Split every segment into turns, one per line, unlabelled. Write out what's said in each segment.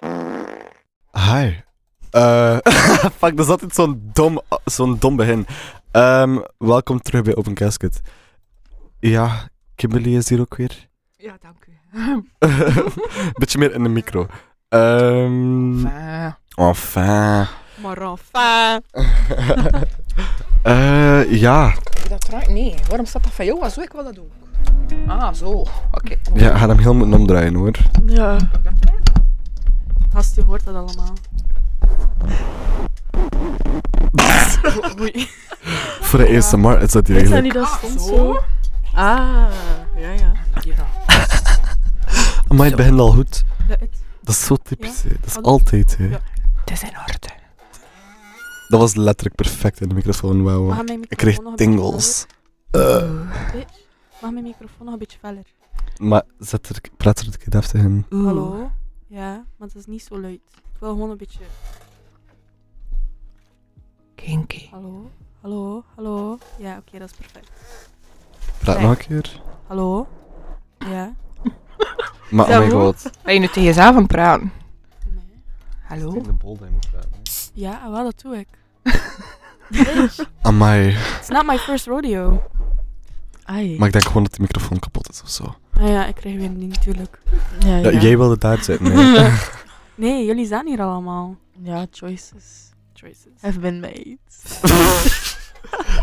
the Eh, fuck, dat is altijd zo'n dom, zo'n dom begin. Ehm, welkom terug bij Open Casket. Ja, Kimberly is hier ook weer.
Ja, dank u.
Beetje meer in de micro. Ehm
Enfin.
enfin.
Maar enfin.
Eh, ja.
Dat draait niet. Waarom staat dat van jou? Ah, Zo, ik wil dat ook. Ah, zo. Oké.
ja, ga hem heel moeten omdraaien hoor.
Ja. Gast, je hoort dat allemaal. Oei.
Voor de eerste mar is dat hier
Is dat
eigenlijk.
niet dat
Ah,
stond
zo?
zo? Ah, ja, ja.
Ja.
Maar het begint al goed.
Dat is-
Dat is zo typisch, hè. dat is
Hallo.
altijd. Hè.
Ja.
Het is in orde.
Dat was letterlijk perfect in de microfoon,
Mag
wauw.
mijn microfoon
Ik kreeg
Ah, nog een beetje
tingles. Eh,
verder? Bitch, Mag mijn microfoon nog een beetje verder?
maar zet er, praat er een keer deftig in.
Hallo? Ja, maar het is niet zo luid. Ik wil gewoon een beetje...
Kinky.
Hallo? Hallo? Hallo? Ja, oké, dat is perfect.
Praat
Ja.
nog een keer.
Hallo? Ja?
Maar oh
Zou
mijn
hoe?
god.
Ben je nu tegen jezelf aan het praten?
Nee.
Hallo?
de bol die moet praten.
Ja, ah, wel, dat doe ik. Bitch,
Amai.
It's not my first rodeo.
Maar ik denk gewoon dat de microfoon kapot is of zo.
Ah ja, ik kreeg weer niet natuurlijk.
Ja, ja.
Ja, jij wilde daar zitten, nee.
Nee, jullie zijn hier al allemaal.
Ja, choices
Choices.
have been made.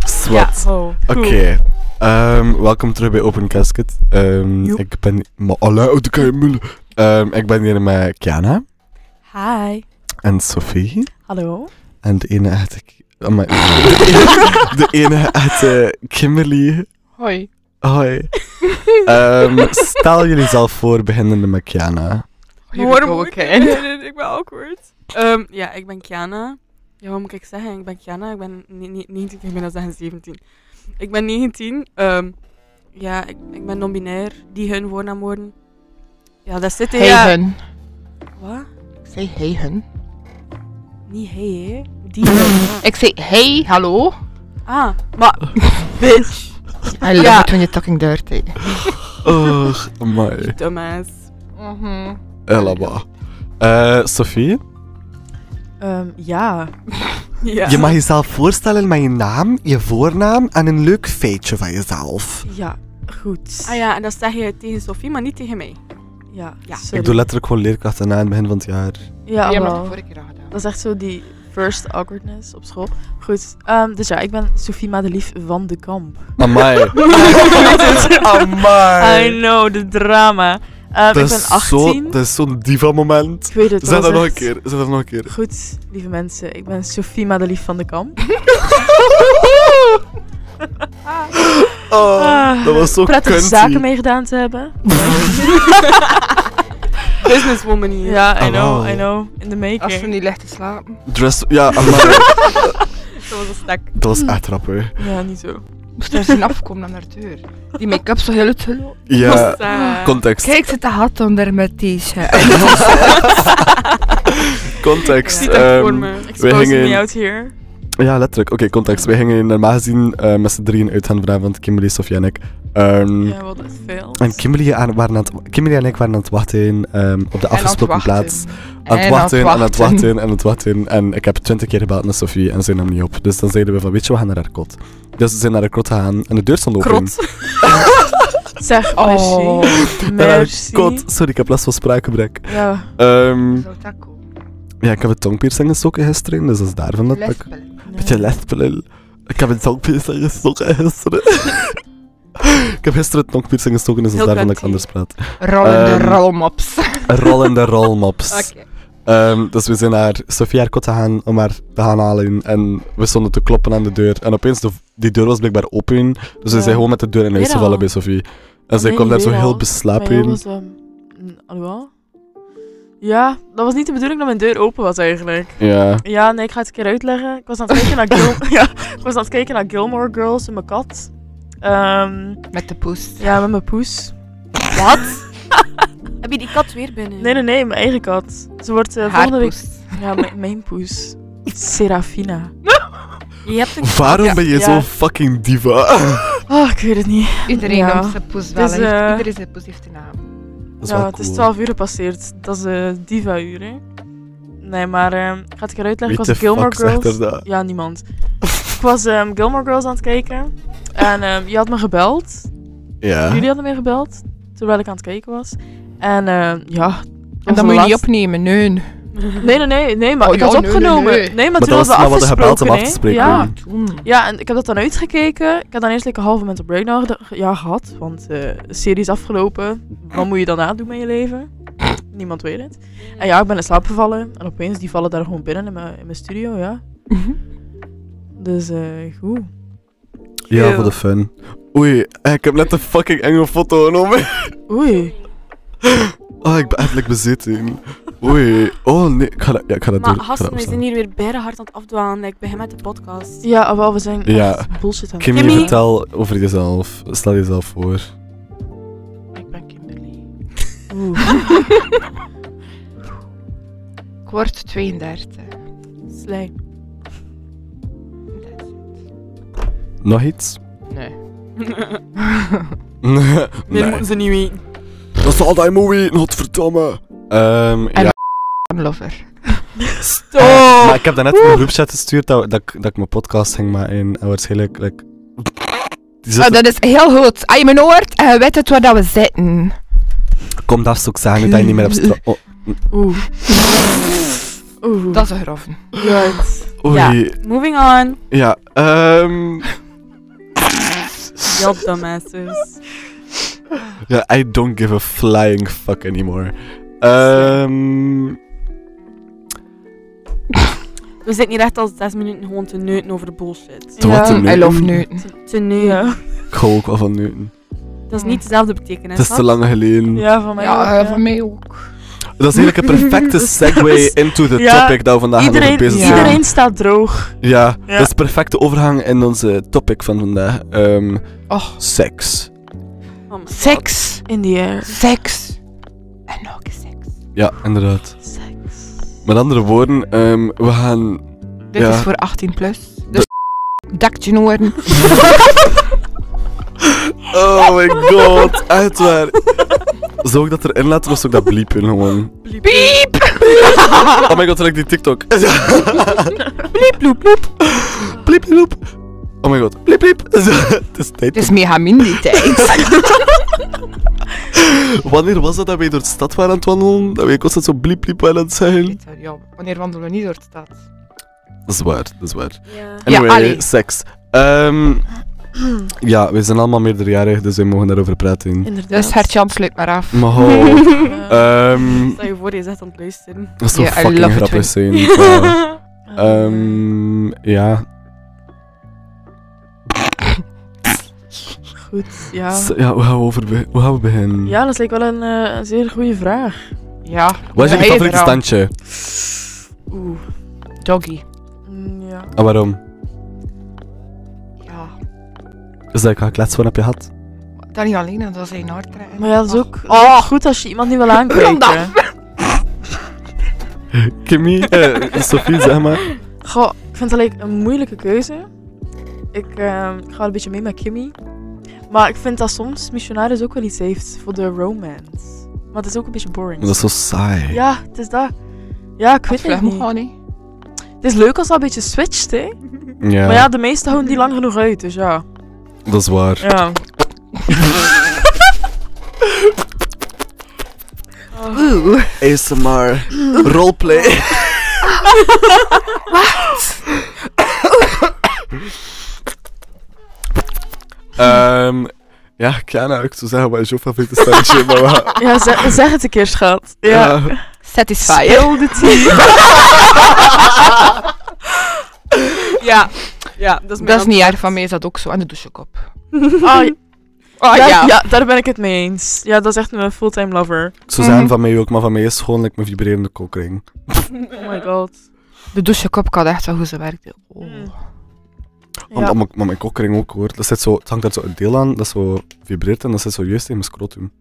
Zwat.
Oh.
Oké. Ehm, welkom terug bij Open Casket. Ehm, ik ben... Maar allee, oh, dat kan je moeilijk. Ehm, ik ben hier met Kiana
Hi.
en Sophie.
Hallo.
En de ene echte... Amai. de enige echte Kimberly.
Hoi.
Hoi. Ehm, stel jullie zelf voor, beginnende met Kiana.
Hier
waarom
go
moet ik-
again.
Nee, nee, nee, ik ben awkward. Ehm, ja, ik ben Kiana. Ja, wat moet ik zeggen? Ik ben Kiana. Ik ben ni- ni- 19, ik ben dat zeggen 17. Ik ben 19. ehm, ja, ik, ik ben non-binair. Die hun voornaam worden. Ja, dat zit er.
Hey
ja.
hun.
Wat?
Ik zei hey hun.
Niet hey, hè? Die hun.
Ik zei hey, hallo.
Ah, maar... Bitch.
I love
Ja.
it when you're talking dirty.
Och, amai.
Dumbass.
Mhm.
Elaba. Eh Sophie,
Ehm, ja.
Ja.
je mag jezelf voorstellen met je naam, je voornaam en een leuk feitje van jezelf.
Ja. Goed.
Ah ja, en dat zeg je tegen Sophie, maar niet tegen mij.
Ja.
Ja.
sorry.
Ik doe letterlijk gewoon leerkrachten na aan het begin van het jaar.
Ja,
Die hebben we
wel.
de vorige keer al gedaan.
Dat is echt zo die first awkwardness op school. Goed. ehm, dus ja, ik ben Sophie Madelief van de Kamp.
Amai. Amai.
I know, de drama. Ehm,
Dat
ik nou, ben
is zo-
18.
Dat is zo'n diva moment.
Ik weet het.
Zeg
was
dat nog een
echt-
keer, zeg dat nog een keer.
Goed, lieve mensen. Ik ben Sophie Madelief van de Kamp.
Oh, dat was zo
Prettig
kunstje.
Ah, zaken mee gedaan te hebben.
Businesswoman hier.
Ja, I know,
Hallo.
I know. In the making.
Als ze niet ligt te slapen.
Dress, ja, amai.
Dat was een stak.
dat was echt rap, hè.
Ja, niet zo.
Moest er zien afkomen aan haar deur. Die make-up zo heel uitgelopen.
Ja,
Dat was, eh,
context.
Kijk, zit de hat onder met t-shirt.
Context.
Ik zie het echt voor
ehm,
me.
Wij
Posing
gingen-
me out here.
Ja, letterlijk. Oké, context. Wij gingen normaal gezien eh, met z'n drieën uit gaan vanavond, Kimberly, Sofia en ik. Ehm,
Ja, wat het veel.
En Kimberly, aan, waren aan het, Kimberly en ik waren aan het wachten ehm, op de afgesproken plaats. Aan het wachten, aan het wachten, aan het wachten. En ik heb twintig keer gebeld naar Sofie en ze nam niet op. Dus dan zeiden we van, weet je, we gaan naar haar kot. Dus we zijn naar haar kot gegaan en de deur stond open.
Krot.
Zeg,
Oh.
merci.
Naar haar
Merci.
kot. Sorry, ik heb last van spraakgebrek.
Ja,
Ehm,
Zou dat komen?
ja, ik heb een tongpiercing gestoken gisteren, dus dat is daarvan dat ik...
Lesbellen.
nee.
Beetje lespelil. Ik heb een tongpiercing gestoken gisteren. ik heb gisteren een tongpiercing gestoken, dus dat is
Heel
daarvan dat ik anders
crunchy.
praat.
Rollende
Ehm,
rolmops.
Rollende rolmaps.
Oké.
Ehm, dus we zijn naar Sofia haar kot te gaan om haar te gaan halen. En we stonden te kloppen aan de deur. En opeens, de, die deur was blijkbaar open. Dus we
Ja.
zijn gewoon met de deur in huis
Weer
gevallen
al?
bij Sofie. En zij
Nee,
kwam daar zo
weer
heel
al.
beslapen
Mijn
in.
deur was, ehm, n- Alhoewel? Ja, dat was niet de bedoeling dat mijn deur open was eigenlijk.
Ja.
Ja, nee, ik ga het een keer uitleggen. Ik was aan het kijken naar, Gil ja, ik was aan het kijken naar Gilmore Girls en mijn kat. Ehm,
Met de poest.
ja, met mijn poes.
Wat? Heb je die kat weer binnen?
Nee, nee, nee, mijn eigen kat. Ze wordt eh,
Haar
volgende week...
poest.
Ja, mijn, mijn poes. Serafina.
Je hebt een
Waarom ben je
Ja.
zo'n fucking diva?
Oh, ik weet het niet.
Iedereen
Ja.
noemt zijn poes wel.
Dus,
Hij heeft-
eh,
Iedereen zijn poes heeft een naam.
Dat is
ja,
wel
het is
cool.
12 uur gepasseerd. Dat is eh diva-uur, hè? Nee, maar ehm ga ik het uitleggen.
Wie
ik was
de
Gilmore
fuck zegt
Girls.
er dat?
Ja, niemand. ik was ehm, Gilmore Girls aan het kijken. En ehm, je had me gebeld.
Ja.
Jullie hadden me gebeld. Terwijl ik aan het kijken was. En ehm, ja.
En dan moet je niet
overlast.
opnemen, nee.
Nee, nee, nee, nee, maar
Oh,
ik
ja, nee,
had
nee,
opgenomen. Nee,
nee.
maar,
Maar
toen
dat was
was dat
toen hadden we gebeld
afgesproken.
om af te
hè.
spreken.
Ja.
toen.
ja, en ik heb dat dan uitgekeken. Ik heb dan eerst like, een halve minuut op breakdown ge- ja, gehad. Want eh, de serie is afgelopen. Wat moet je daarna doen met je leven? Niemand weet het. En ja, ik ben in slaap gevallen. En opeens, die vallen daar gewoon binnen in mijn, in mijn studio, ja. Dus eh goed.
Ja,
Eeuw.
voor de fun. Oei, ik heb net een fucking enge foto genomen.
Oei.
Oh, ik ben eigenlijk bezeten. Oei. Oh nee, ik ga dat, ja, ik ga dat
Maar
doen. Ik ga
gasten,
dat
we zijn
opslaan.
hier weer bijna hard aan het afdwalen. Ik begin met de podcast.
Ja, ah, wel, we zijn
Ja.
echt bullshit aan het
Kimmy,
Kimmy.
vertel over jezelf. Stel jezelf voor.
Ik ben Kimberly.
Oeh.
Ik word 32.
Slij.
Nog iets?
Nee.
nee.
Dit moeten ze niet weten.
Dat is al die movie, godverdomme. Ehm
En-
ja.
Een lover.
Stop!
Eh, maar ik heb daarnet in een groepchat gestuurd dat, dat, ik- dat ik mijn podcast ging maken en waarschijnlijk... Like, die zit-
Oh, dat is heel goed. Als je me hoort en je eh, weet het waar dat we zitten.
Kom, dat is ook zeggen dat je niet meer op straat... Oh,
Oeh. Oeh.
Dat is een groven.
Right.
oei.
Moving on.
Ja, ehm...
Yup, dumbasses.
Ja, I don't give a flying fuck anymore. Ehm...
We zitten hier echt al zes minuten gewoon te neuten over bullshit.
te wat
Ja.
te
I love
neuten.
Newton.
Te neuten.
Ja.
Ik hou ook wel van Newton.
Dat is niet dezelfde betekenis.
Het is te
schat.
lang geleden.
ja, van mij ook,
Ja,
ja.
eh, voor mij ook.
Dat is eigenlijk een perfecte segue into the
Ja,
topic dat we vandaag aan
Iedereen,
over bezig
Ja.
zijn.
iedereen staat droog.
Ja,
Ja.
dat is perfecte overgang in onze topic van vandaag. Ehm
Och.
Seks.
Oh my-
Seks.
In the air.
Seks. En nog eens seks.
Ja, inderdaad.
Seks.
Met andere woorden, ehm, we gaan...
Dit
Ja.
is voor 18 plus. Dus dakje horen.
Oh my god, echt waar. Zou ik dat erin laten of zou ik dat bliepen gewoon?
Piep!
Oh my god, gelijk die TikTok. bliep, bloep, bloep. Bliep, bloep. Oh my god, bliep, bliep. Het is tijd.
Het is mega min die tijd.
Wanneer was dat dat wij door de stad waren aan het wandelen? Dat wij constant zo bliep, bliep waren aan het zeggen?
Ja, wanneer wandelen we niet door de stad?
Dat is waar, dat is waar.
Ja.
Ja,
Anyway,
allee.
seks. Ehm, ja, we zijn allemaal meerderjarig, dus we mogen daarover praten.
Inderdaad.
Dus Hertjan, sluit maar af.
Maar ho,
Eh,
ehm,
Stel je voor, je zegt aan het luisteren.
dat zou
Ja, I
fucking
love it
grappig
when-
zijn. Ja.
eh,
Ehm, ja.
Goed,
Ah.
ja.
S- ja, hoe gaan we, over be- hoe gaan we beginnen?
Ja, dat lijkt wel een, eh, een zeer goede vraag.
Ja.
Wat is
Ja,
jullie
hij
favoriete
er al.
standje?
Oeh.
Doggy.
Mm, Ja.
En Ah, waarom?
Ja.
Is dat ik al klets van heb je gehad?
Dat niet alleen, dat was een hardtrein.
Maar ja, dat is ook
Oh.
goed als je iemand niet wil aankijken.
Kimmy, eh, Sophie, zeg maar.
Goh, ik vind het alleen een moeilijke keuze. Ik ehm, ik ga een beetje mee met Kimmy. Maar ik vind dat soms missionaris ook wel iets heeft voor de romance. Maar het is ook een beetje boring.
Dat is zo saai.
Ja, het is dat. Ja, ik weet
Vraag
het
me
niet.
gewoon niet.
Het is leuk als dat een beetje switcht, hè.
Ja,
Maar ja, de meesten houden die lang genoeg uit, dus ja.
dat is waar.
Ja.
Oeh.
ASMR. Roleplay. Ehm ja, Kiana, ik zou zeggen, wat is jouw favoriete standje? Maar wat-
Ja, zeg, zeg het een keer, schat. Ja.
Satisfier.
Speel de tea.
Ja. Ja, dat is mijn
Dat is niet
antwoord.
erg, van mij is dat ook zo. En de douchekop.
Ah, ja,
Oh
daar,
ja.
ja, daar ben ik het mee eens. Ja, dat is echt mijn fulltime lover.
Ik zou
Mhm.
zeggen, van mij ook, maar van mij is gewoon like, mijn vibrerende kokring.
Oh my god.
De douchekop kan echt wel goed zijn werk doen.
Mm.
Oh.
Want-
Ja.
Maar, mijn- maar mijn kokring ook hoor. Dat zit zo, het hangt daar zo een deel aan dat zo vibreert en dat zit zo juist in mijn scrotum.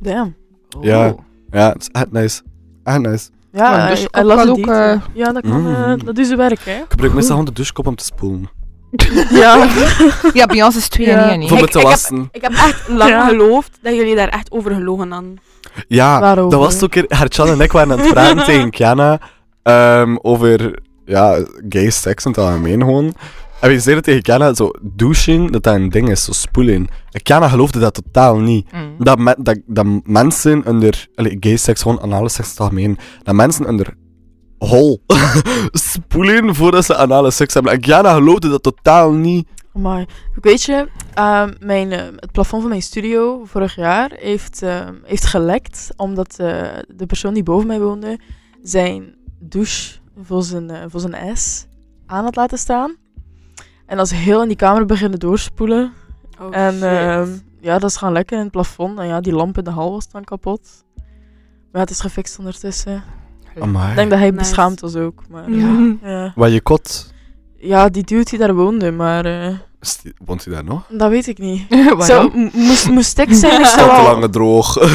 Damn.
Ja.
Oh.
Ja, het is echt nice. Echt nice.
Maar
Ja,
dus
I- I
ook
love
kan
the
ook,
detail.
eh,
Ja, dat kan, eh,
Mm.
dat is zijn werk, hè.
Ik gebruik meestal gewoon de douchekop om te spoelen.
Ja.
Ja, Beyoncé is 2
Ja.
en 1.
Of om
hè.
het te wassen.
Ik heb echt lang
Ja.
geloofd dat jullie daar echt over gelogen hadden.
Ja,
Waarover?
dat was toen een keer. Hartjan en ik waren aan het praten tegen Kiana. ehm, over ja, gay seks in het algemeen gewoon. En we zeiden tegen Kiana, zo, douchen, dat dat een ding is, zo spoelen. En Kiana geloofde dat totaal niet.
Mm.
Dat, me- dat, dat mensen onder, allee, gay seks, gewoon anale seks in het algemeen, dat mensen onder hol spoelen voordat ze anale seks hebben. En Kiana geloofde dat totaal niet.
Maar Oh weet je, ehm, mijn, eh, het plafond van mijn studio vorig jaar heeft, ehm, heeft gelekt. Omdat eh, de persoon die boven mij woonde zijn douche voor zijn, eh, voor zijn ass aan had laten staan. En dat is heel in die kamer beginnen doorspoelen.
Oh,
en
shit.
ehm, ja, dat is gaan lekken in het plafond. En ja, die lamp in de hal was dan kapot. Maar ja, het is gefixt ondertussen. Ik denk dat hij
Nice. Mhm.
beschaamd was ook. Maar, eh,
Ja.
ja.
Wat je kot,
ja, die dude die daar woonde, maar eh,
is die- woont hij daar nog?
dat weet ik niet.
Mm.
Zo,
Waarom?
m- moest, moest ik zijn, ik
Al
zou
te
al...
lange droog.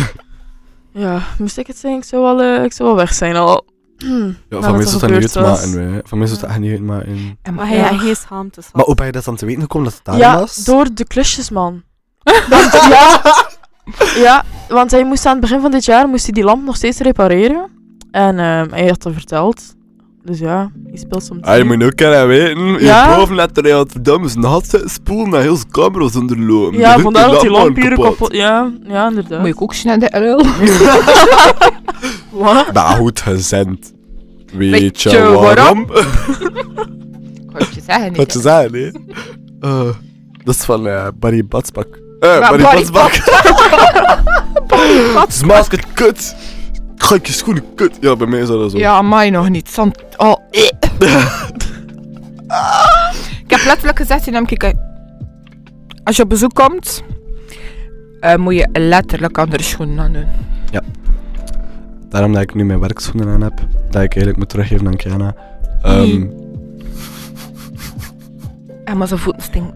Ja, moest ik het zijn, ik zou wel, eh, ik zou wel weg zijn al.
Ja,
Nou,
van mij
dat
is
dat
dat niet
gebeurd
uit,
was.
maar in wij, hè. Van mij is dat niet uit, maar in...
En
Maar
maar-
hij,
Ja.
hij heeft schaamte. schat.
Maar hoe ben je dat dan te weten gekomen dat het daar
ja,
was?
door de klusjes, man. Dat- ja, ja, want hij moest aan het begin van dit jaar moest hij die lamp nog steeds repareren. En ehm, hij had dat verteld. Dus ja, hij speelt soms.
Ah, je moet ook kunnen weten,
Ja?
je bovenlet er uit dam is nat spoel naar heel zijn camera's onderlopen.
ja, vandaar dat die lamp hier kapot... Ja, ja,
Moet
inderdaad.
ik ook snel de lul?
Wat?
Maar goed gezend. Weet
Weet
je
je
waarom?
Ik wou het je zeggen.
Wat je
niet.
zei, hè? Eh, dat is van eh, Barry Batsbak. Eh,
Maar
Barry
Barry
Batsbak. Smaak het kut. Ga ik je schoenen kut. Ja, bij mij is dat zo.
Ja, mij nog niet. Sant- Oh, eh. Ik heb letterlijk gezegd in hem, kijk, eh, als je op bezoek komt, eh, moet je letterlijk andere schoenen aan doen.
Daarom dat ik nu mijn werkschoenen aan heb. Dat ik eigenlijk moet teruggeven aan Kiana. Ehm,
En maar zijn voeten stinken.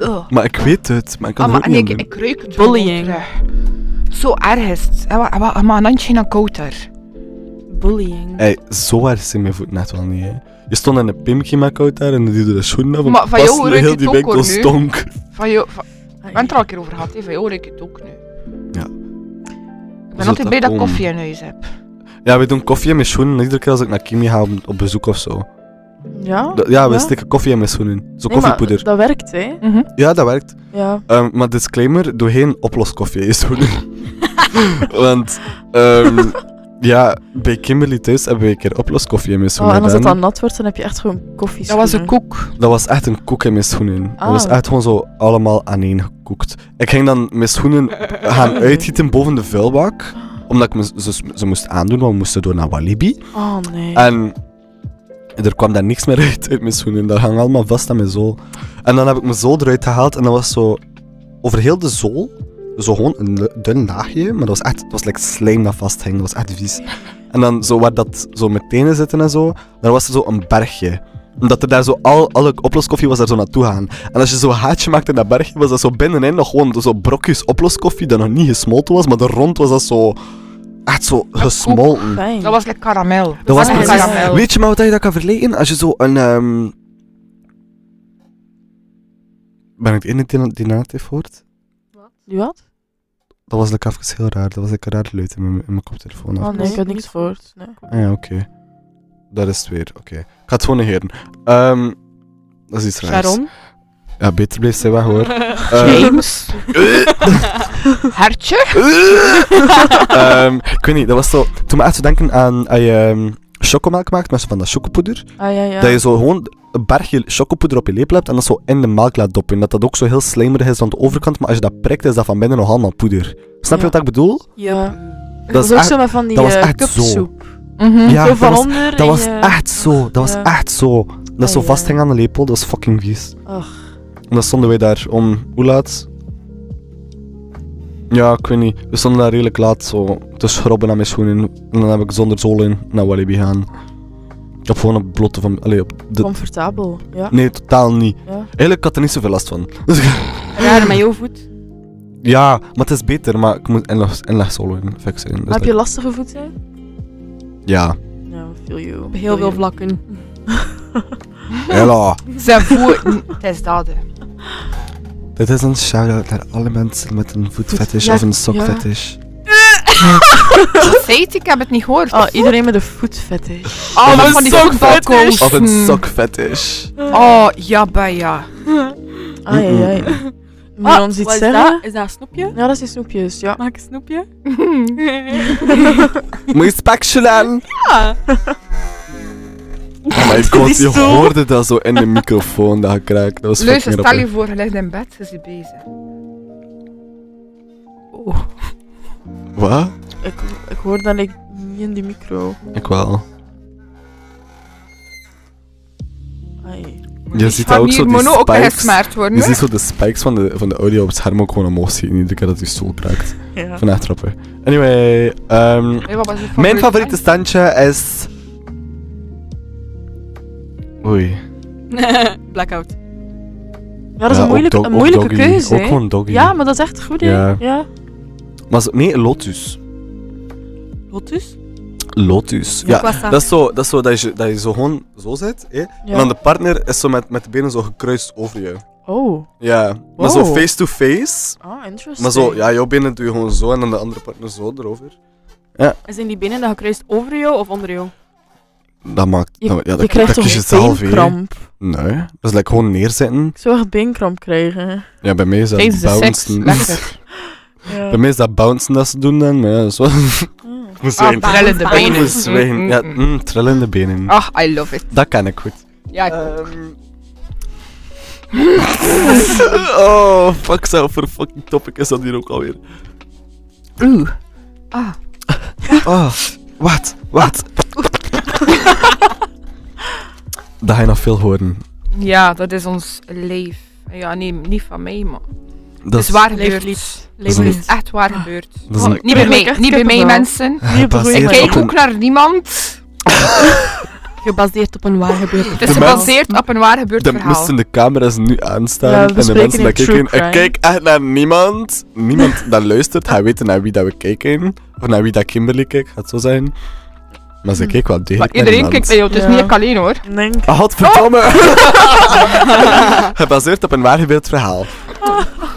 Ugh.
Maar ik weet het, maar ik kan
Mm. Ah,
het
maar
ook
nee,
niet
ik,
aan doen.
ik ruik het
Bullying.
gewoon terug. Zo erg is het. Eh, wa- wa- Maar een handje naar kouder.
Bullying.
Ey, zo erg zijn mijn voet net wel niet, hè. Je stond aan een pimkie met koud daar en die doet de schoenen af. en
Maar van
pas
jou ruikt
heel
het
die
ook,
winkel
hoor, nu.
stonk.
Van jou, van, we hebben het er al een keer over gehad, hè. van jou ruik ik het ook nu.
Ja.
Ik ben
Zult
altijd blij dat
dat
ik
komen?
koffie in huis heb.
Ja, we doen koffie in mijn schoenen en iedere keer als ik naar Kimi ga op, op bezoek of zo.
Ja?
Dat- ja, we
Ja?
steken koffie in mijn schoenen. Zo
Nee, maar
koffiepoeder.
dat werkt, hè.
Ja, dat werkt.
Ja.
Ehm, maar disclaimer, doe geen oploskoffie in je schoenen. Want, ehm, ja, bij Kimberly thuis hebben we een keer oploskoffie in mijn
Oh,
schoenen
en als het
gedaan.
dan nat wordt, dan heb je echt gewoon koffie
Dat was een koek.
Dat was echt een koek in mijn schoenen. Dat was
Ah.
echt gewoon zo allemaal aaneen gekookt. Ik ging dan mijn schoenen gaan uitgieten boven de vuilbak. Omdat ik me- ze, ze moest aandoen, want we moesten door naar Walibi.
Oh, nee.
En er kwam daar niks meer uit uit mijn schoenen. Dat hang allemaal vast aan mijn zool. En dan heb ik mijn zool eruit gehaald en dat was zo... Over heel de zool, zo gewoon een lu- dun laagje, maar dat was echt... Het was like slijm dat vasthing, dat was echt vies. En dan zo waar dat zo mijn tenen zitten en zo, daar was er zo een bergje. Omdat er daar zo al, alle oploskoffie was daar zo naartoe gaan. En als je zo'n haatje maakte in dat bergje, was dat zo binnenin nog gewoon zo brokjes oploskoffie dat nog niet gesmolten was, maar er rond was dat zo... Echt zo gesmolten.
Fijn.
Dat was lekker karamel.
Dat was
Ah,
precies.
karamel.
Weet je maar wat je dat kan verleden? Als je zo een. ehm, Ben ik het ene die- die naad heeft gehoord?
Die wat?
Dat was like even heel raar. Dat was like een raar geluid in mijn, in mijn koptelefoon.
Oh, nee, ik had
Nee.
niks voor. Nee.
Ah ja, oké. Dat is het weer. Oké. Ik ga het gewoon negeren. Ehm, dat is iets raars.
Sharon?
Ja, beter bleef zij weg hoor. Ehm,
James. Hertje.
ehm, ik weet niet, dat was zo. Toen me echt zo denken aan. Als je ehm, chocomelk maakt, maar zo van dat chocopoeder.
Ah, ja, ja.
Dat je zo gewoon een bergje chocopoeder op je lepel hebt en dat zo in de melk laat doppen. En dat dat ook zo heel slijmerig is aan de overkant, maar als je dat prikt, is dat van binnen nog allemaal poeder. Snap je
Ja.
wat ik bedoel?
Ja.
Dat,
Dat
is
was ook
echt-
zo met van die
dat was
eh,
echt
cupsoep.
Mhm.
Ja,
zo
dat
van
was,
onder.
dat
en
was
je-
echt zo. Dat was
Ja.
echt zo. Dat is zo
Ai,
vasthing aan de lepel, dat is fucking vies.
Ach,
En dan stonden wij daar om, hoe laat? Ja, ik weet niet. We stonden daar redelijk laat zo te schrobben aan mijn schoenen. En dan heb ik zonder zolen naar Walibi gaan. Ik heb gewoon een blote van... Allee, op de...
comfortabel. Ja.
Nee, totaal niet.
Ja.
Eigenlijk had ik er niet zoveel last van. Dus
Raar met jouw voet.
Ja, maar het is beter, maar ik moet inleg- inlegsolo in fixen. Dus
Maar heb
dat-
je lastige voeten?
Ja.
Nou, feel you.
Op heel veel
Feel you.
vlakken.
Hela.
Zijn voeten. Het is dat. hè.
Dit is een shout-out naar alle mensen met een voetfetish
Ja,
of een
ja.
sokfetish.
Wat zei het? Ik heb het niet gehoord.
Oh, iedereen met een voetfetish.
Oh,
Of
wat
een
van die
sokfetish.
voetbalcoach.
Of een
Hmm.
sokfetish.
Oh, ja, bij ja.
Ai, ai, ai. Moet je ons iets
Ah, wat is
zeggen?
dat? Is dat een snoepje?
Ja, Ah, dat zijn snoepjes, ja.
Mag ik een snoepje?
Moet je spectrum aan?
ja.
Oh my god, je
stoel.
hoorde dat zo in de microfoon dat gekraakt. Dat was
Luister,
fucking
stel je
grappig.
voor, je ligt in bed, ze is hier bezig.
Wat?
Ik, ik hoor dat ik niet in die micro.
Ik wel.
Ai.
Je ziet daar ook zo die
moet ook
spikes.
gesmaard worden.
Je ziet zo de spikes van de, van de audio op het scherm ook gewoon omhoog schieten. Iedere keer dat die stoel kraakt.
Ja.
Van echt grappig. Anyway, ehm
Hey, wat was je
Mijn favoriete
Ah,
standje is. Oei.
Blackout.
Ja, dat is
Ja, ook
een moeilijke,
dog-
een
ook
moeilijke
doggy.
keuze.
Ook
hè.
gewoon doggy.
ja, maar dat is echt goed, hè?
Ja.
Ja.
Maar zo- nee, Lotus.
Lotus?
Lotus. Ja, dat is zo dat, is zo dat, je, dat je zo gewoon zo zit. Hè? En
Ja.
dan de partner is zo met, met de benen zo gekruist over je.
Oh,
Ja. Maar zo
Wow.
face-to-face.
ah, interesting.
Maar zo, ja, jouw benen doe je gewoon zo en dan de andere partner zo erover.
Zijn die binnen dat gekruist over jou of onder jou?
Dat maakt.
Je,
dat- nou, ja, dat
je krijgt
dat
toch
kies je zelf, hè.
beenkramp?
Nee. Dat is like gewoon neerzitten.
Ik zou echt beenkramp krijgen.
Ja, bij mij is dat
Tijdens de seks.
bouncen.
Lekker.
Ja.
bij mij is dat bouncen dat ze doen dan. Maar ja, dat is wel.
Ah.
Ik moest
Ah,
zwijgen.
trillende
Ik
benen.
moest zwijgen.
Mm, mm,
Ja,
mm.
mm, trillende benen. Ehm,
Ach, I love it.
Dat kan ik goed.
Ja, Ah,
Eh.
ik-
oh, fuck zelf voor fucking topic is dat hier ook alweer.
Oeh. Ah.
Oh, wat? Wat? dat ga je nog veel horen.
Ja, dat is ons leef. Ja, nee, niet van mij, maar.
Dat
Het is waar gebeurd.
is een-
Leeflied.
Echt waar gebeurd.
dat is een-
Niet bij
Eigenlijk
mij,
echt
niet bij mij,
kippenvel.
mensen.
Niet op de goede
Ik
Ik
Kijk
kijk
op
manier.
ook
een-
naar niemand.
Gebaseerd op een waar gebeurde.
Het
De
is
mens-
gebaseerd op een waar gebeurd
Dan
verhaal.
moesten de camera's nu aanstaan
Ja, we
en de
bespreken
mensen naar
hier
kijken.
true
Ik kijk echt naar niemand. Niemand dat luistert gaat weten naar wie dat we kijken. Of naar wie dat Kimberly kijkt, gaat zo zijn. Maar ze kijkt wel
Hmm. Maar
degelijk naar
iedereen
iemand.
kijkt naar jou, dus
Ja.
niet ik alleen hoor.
Ik denk,
Ah, godverdomme!
Oh!
Gebaseerd op een waar gebeurd verhaal.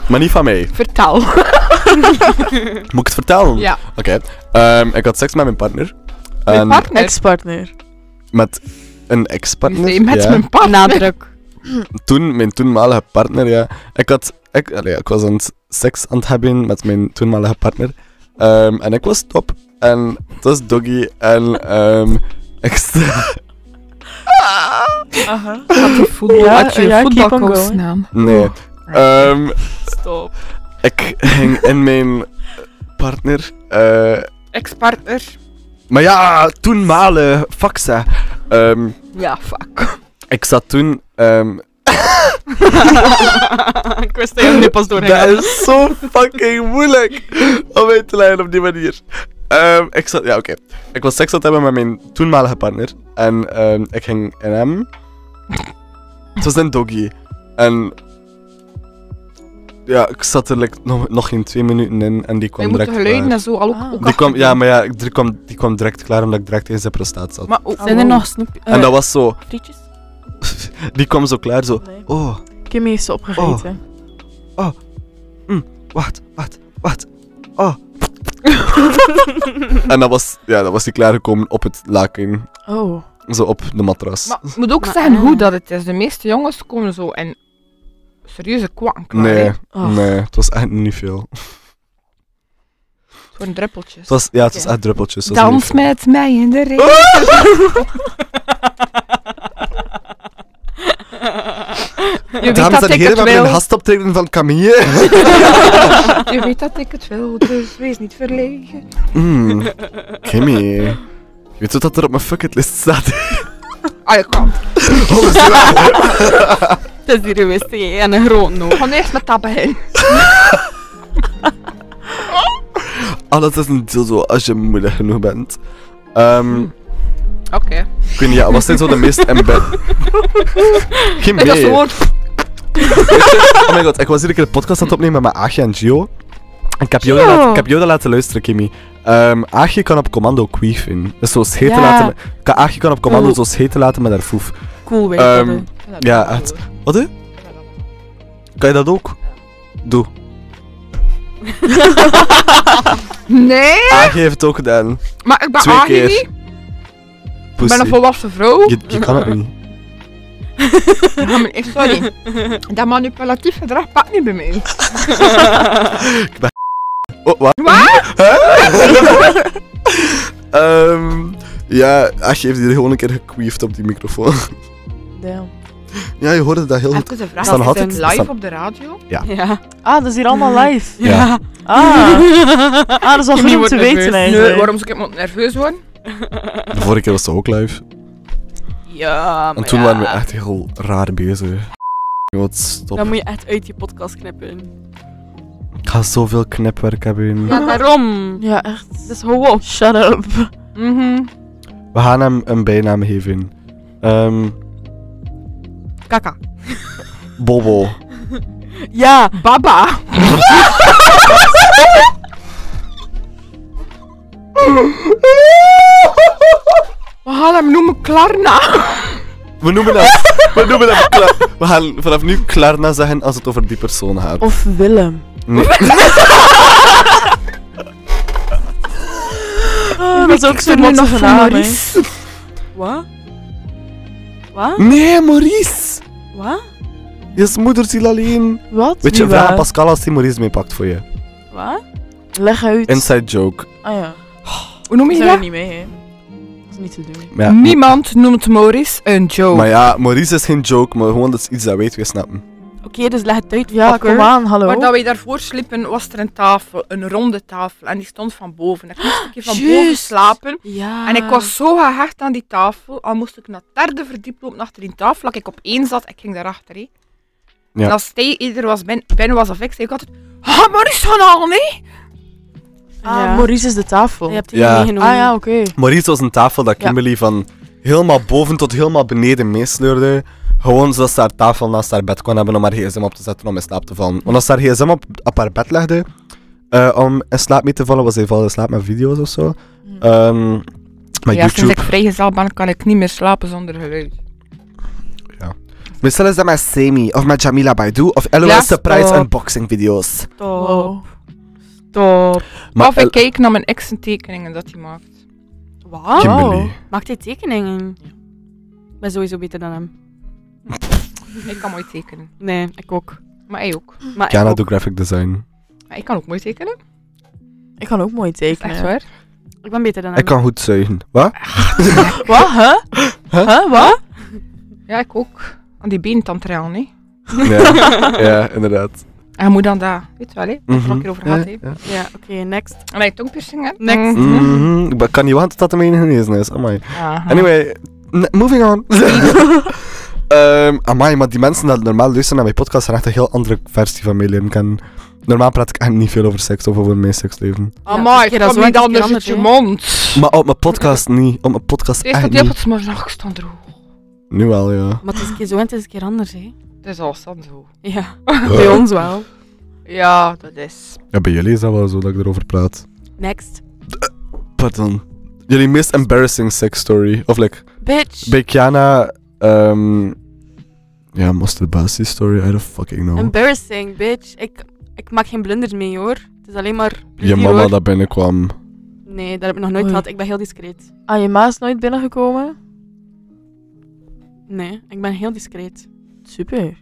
Maar niet van mij.
Vertel.
Moet ik het vertellen?
Ja.
Oké. Ehm, ik had seks met mijn partner. En
Mijn partner.
ex-partner.
Met een
Ik
ex-partner.
zei met
ja.
mijn partner.
Nadruk.
Toen, mijn toenmalige partner, ja. Ik had... Ik, allee, ik was aan het seks aan het hebben met mijn toenmalige partner. Ehm, en ik was top. En het was doggy. En ehm ik... sta-
Aha.
voetbal,
Ja,
had je
ja, keep on
voetbalcoach
going.
naam.
Nee. Ehm,
Stop.
ik ging in mijn partner... eh,
Ex-partner.
Maar ja, toen malen, fuck ze. Ehm,
Ja, fuck.
ik zat toen. ehm,
ik wist dat je er nu pas doorheen
dat
had.
is zo fucking moeilijk om uit te leiden op die manier. Ehm, ik zat, ja, oké. Ik was seks aan het hebben met mijn toenmalige partner. En ehm, ik ging in hem. Het was een doggy. En. Ja, ik zat er like, nog, nog geen twee minuten in en die kwam
Je moet de
direct.
geluiden
klaar.
en zo al ook.
Ah.
ook
Die kwam, ja, maar ja, die kwam, die kwam direct klaar omdat ik direct in zijn prostaat zat.
Maar ook.
Zijn er nog snoepjes?
en dat was zo.
frietjes?
Die kwam zo klaar, zo.
Nee.
Oh.
Kimmy heeft ze opgegeten.
Wacht, wacht, wacht. Oh. en dat was, ja, dat was die klaargekomen op het laken.
Oh.
Zo op de matras.
Maar ik moet ook
Maar,
zeggen
eh.
hoe dat het is. De meeste jongens komen zo in serieuze kwank.
nee,
Ah.
nee, het was echt niet veel.
Voor druppeltjes.
Het was, ja, het was
Oké.
echt druppeltjes. het was
Dans
dus niet
met mij in de regen. Je
veel.
weet
Dames
dat
en
ik
heren,
het
we hebben een
wil.
gastoptreden van Camille.
Je weet dat ik het wil, dus wees niet verlegen.
Mm, Kimmy. Je weet wat dat er op mijn bucketlist staat?
Ah, je kan.
Oh, is dat-
Het is hier geweest hè, en een groot nood.
Ik ga eerst met dat beginnen.
Alles is een deel zo als je moedig genoeg bent. Ehm,
Oké.
ik weet niet, ja, wat zijn zo de meest embed... Geen
Dat is
meer.
gewoon
Weet je, oh mijn god, ik was hier een keer een podcast aan het opnemen met mijn Aagje en Gio. En ik heb jou, dat laten, ik heb jou dat laten luisteren, Kimmy. Ehm Aagje kan op commando queefen. Dus zo scheten
Ja.
laten... ka- Aagje kan op commando
Oeh.
zo scheten laten met haar foef.
Cool, weet
Ehm,
je
Ja, het... Wat, hè? Kan je dat ook? Doe.
Nee,
Aangeven heeft het ook gedaan.
maar ik ben
Twee
Arie
keer.
niet. Ik
Pussy.
ben een volwassen vrouw.
Je, je kan het niet.
Ja, maar echt, sorry. Dat manipulatief gedrag pakt niet bij mij.
Oh, wat?
Wat?
Huh? Ehm, ja, Asje heeft hier gewoon een keer gekweefd op die microfoon.
Damn.
ja, je hoorde dat heel goed.
Even de vraag,
Stan
is
had
dit
het.
live
Stan-
op de radio?
Ja.
Ah, dat is hier allemaal live.
Ja.
Ah, ah dat is al
Je
goed om
wordt
te weten
nerveus.
eigenlijk.
Nee, waarom zou ik iemand nerveus worden?
De vorige keer was het ook live.
Ja, maar
En toen
ja.
waren we echt heel raar bezig. Wat stop.
Dan moet je echt uit je podcast knippen.
Ik ga zoveel knipwerk hebben.
Ja, daarom.
Ja, echt.
Dus hou op.
Shut up.
Mhm.
We gaan hem een bijnaam geven. Ehm,
Kaka.
Bobo.
Ja.
Baba. We gaan hem noemen Klarna.
We noemen hem, we noemen hem Kla- We gaan vanaf nu Klarna zeggen als het over die persoon gaat.
Oh.
Of Willem.
Nee.
Ah, dat is ook zo'n mottige naam, hè.
Wat? Wat?
nee, Maurice!
Wat?
Je moeder ziet alleen.
Wat?
Weet je,
Wie
vraag
waar?
aan Pascal als hij Maurice meepakt voor je.
Wat?
Leg uit.
Inside joke.
Ah ja.
Hoe noem
We
je
zijn er
dat?
niet mee, hè. Dat is niet te doen.
Maar ja,
Niemand noemt Maurice een joke.
Maar ja, Maurice is geen joke, maar gewoon dat is iets dat weet we snappen.
Oké, dus leg het uit.
Ja,
fucker.
kom aan, hallo.
Waar dat wij daarvoor sliepen, was er een tafel, een ronde tafel, en die stond van boven. Ik moest een keer van boven
Juist.
slapen.
Ja.
En ik was zo gehecht aan die tafel, al moest ik naar het derde verdiep lopen achter die tafel, dat ik op één zat, ik ging daarachter. Hé.
Ja.
En als hij eerder was ben- binnen was of ik, zei ik altijd, ah, Maurice gaan al, nee?
Ah,
Ja.
Maurice is de tafel.
Je hebt het
Ja.
niet meegenomen.
Ah ja, oké.
Maurice was een tafel dat
Ja.
Kimberly van helemaal boven tot helemaal beneden meesleurde. Gewoon zodat ze haar tafel naast haar bed kon hebben om haar gsm op te zetten om in slaap te vallen. Want als ze haar gsm op, op haar bed legde eh, om in slaap mee te vallen, was hij vallen in slaap met video's of zo.
Hm.
Ehm, met
Hmm. ja, sinds
YouTube.
ik vrijgezel ben, kan ik niet meer slapen zonder geluid.
Meestal is dat met Semi of met Jamila Baidu of LOL
Ja,
Surprise
stop.
unboxing video's.
Stop.
Wow.
Stop.
of
eh,
ik kijk naar mijn ex en tekeningen dat hij maakt.
Wat?
Kimberly.
Oh.
Wow.
Maakt hij tekeningen? Ik ben sowieso beter dan hem.
Ik kan mooi tekenen.
Nee, ik ook.
Maar hij ook.
Maar ik
Kiana
ook.
doet graphic design.
Maar ik kan ook mooi tekenen.
Ik kan ook mooi tekenen.
Echt waar?
Ik ben beter dan
Ah.
hem.
Ik kan goed zuigen. Wat?
Wat, hè?
Huh?
Huh, wat?
Ja, ik ook. Aan die beentandtrail, nee?
Ja, ja inderdaad.
En je moet dan dat, weet je wel, hè?
Mhm.
Wat ik erover gehad, hè?
Ja,
Ja, oké, next.
En hij tongpiercing, hè?
Next.
Mhm.
Mhm. Ik kan niet wachten tot hem enige genezen is. Amai.
Ah.
Aha.
Anyway, n- moving on. Ehm amai, maar die mensen die normaal luisteren naar mijn podcast zijn echt een heel andere versie van mij leren kennen. Normaal praat ik echt niet veel over seks of over mijn seksleven.
Amai,
Ja,
ik
dat is
kan
wel
niet
iets
anders uit
veranderd,
je
hè?
mond.
Maar op mijn podcast niet. Op mijn podcast
Het is
echt
dat heel
niet.
het maar nog staan droog.
Nu wel, ja.
Maar het is een keer zo en het is een keer anders, hè?
Het is al staan zo.
Ja, bij ons wel.
Ja, dat is.
Ja, bij jullie is dat wel zo dat ik erover praat.
Next.
Pardon. Jullie meest embarrassing sex story. Of like,
Bitch.
bij Kiana... ehm, ja, masturbatie story, I don't fucking know.
Embarrassing, bitch. Ik, ik maak geen blunders mee, hoor. Het is alleen maar...
Je
plezier,
mama
hoor.
dat binnenkwam.
Nee, dat heb ik nog nooit
Oei.
gehad. Ik ben heel discreet.
Ah, je ma is nooit binnengekomen?
Nee, ik ben heel discreet.
Super.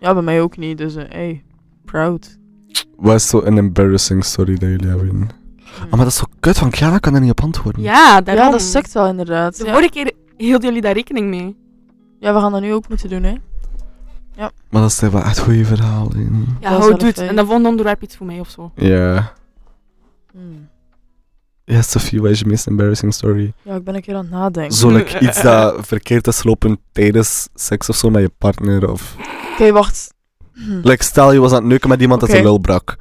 Ja, bij mij ook niet, dus eh, hey. Proud.
Wat is zo een embarrassing story dat jullie hebben? Ah, maar dat is zo kut, want Kiana kan er niet op antwoorden.
Ja, daarom.
Ja, dat sukt wel inderdaad.
De
Ja.
vorige keer hielden jullie daar rekening mee.
ja, we gaan dat nu ook moeten doen, hè.
Maar dat zijn wel echt goede verhalen. in.
Ja,
Dat is
hou
wel een
doet.
feit.
En dan vond een onderwerp iets voor mij of zo.
Ja.
Hmm.
Ja, Sophie, wat is je meest embarrassing story?
Ja, ik ben een keer aan het nadenken.
Zo like, iets dat verkeerd is gelopen tijdens seks of zo met je partner. Of...
Oké, wacht. Hm.
Like, stel je was aan het neuken met iemand dat
Oké.
zijn lul brak.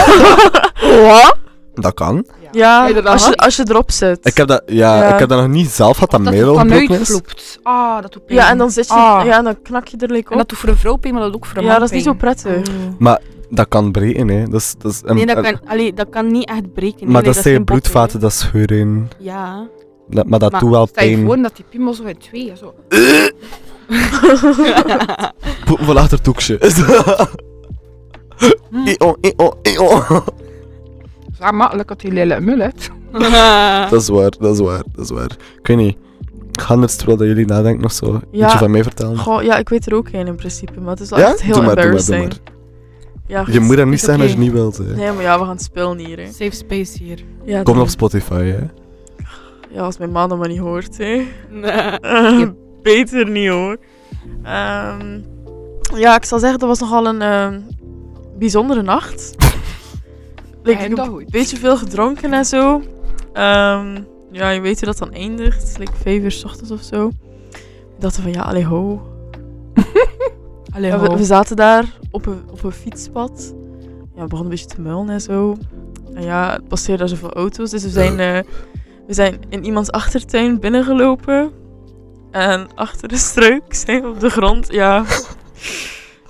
Wat?
Dat kan.
Ja,
Heb je dat
als je,
gehad?
als je erop zit.
Ik heb dat, ja,
Ja.
Ik heb dat nog niet zelf gehad, dat
dat
mij lul gebroken
vanuit
is.
vloept. Ah, dat doet pijn.
Ja, en dan zit je...
Ah.
Ja, en dan knak je er like
En
op.
dat doet voor een vrouw pijn, maar dat doet ook voor een
Ja,
man
dat is niet zo
pijn.
prettig.
Dat kan breken, hè. Dat is, dat is een-
Nee, dat
een-
kan, allee, dat kan niet echt breken.
eh, maar
nee,
dat zijn
geen botten,
bloedvaten, dat is scheuren.
hè. Ja.
Dat- maar dat
Maar
doet wel
Stel je
pijn.
voor dat die piemel zo in tweeën zo.
Poepen van achter het hoekje. Eo, eo, eo.
is makkelijk dat die lille mul heeft.
Dat is waar, dat is waar, dat is waar. Ik weet niet. Anders terwijl dat jullie nadenken of zo.
Ja.
Moet je van mij vertellen?
Goh, ja, ik weet er ook geen in principe, maar het is wel
ja?
echt heel
doe maar, doe maar, doe
embarrassing.
maar.
Ja,
Je
goed,
moet dat
is
niet zeggen als je
oké.
niet wilt. Hè.
Nee, maar ja, we gaan het spelen hier. Hè.
Safe space hier.
Ja,
Kom
doe.
op Spotify, hè.
Ja, als mijn man dat maar niet hoort, hè.
Nee.
Eh, Beter niet hoor. Ehm, ja, ik zal zeggen, dat was nogal een ehm, bijzondere nacht. Like,
En
ik
dat
heb
goed.
een beetje veel gedronken en zo. Ehm, ja, je weet hoe dat dan eindigt. Like vijf uur s ochtends of zo. Ik dacht van ja, allee ho.
Allee,
Ja,
ho.
we, we zaten daar op een, op een fietspad. Ja, we begonnen een beetje te muilen en zo. En ja, het passeerde daar zoveel auto's. Dus we zijn, eh, we zijn in iemands achtertuin binnengelopen. En achter de struik zijn we op de grond. Ja.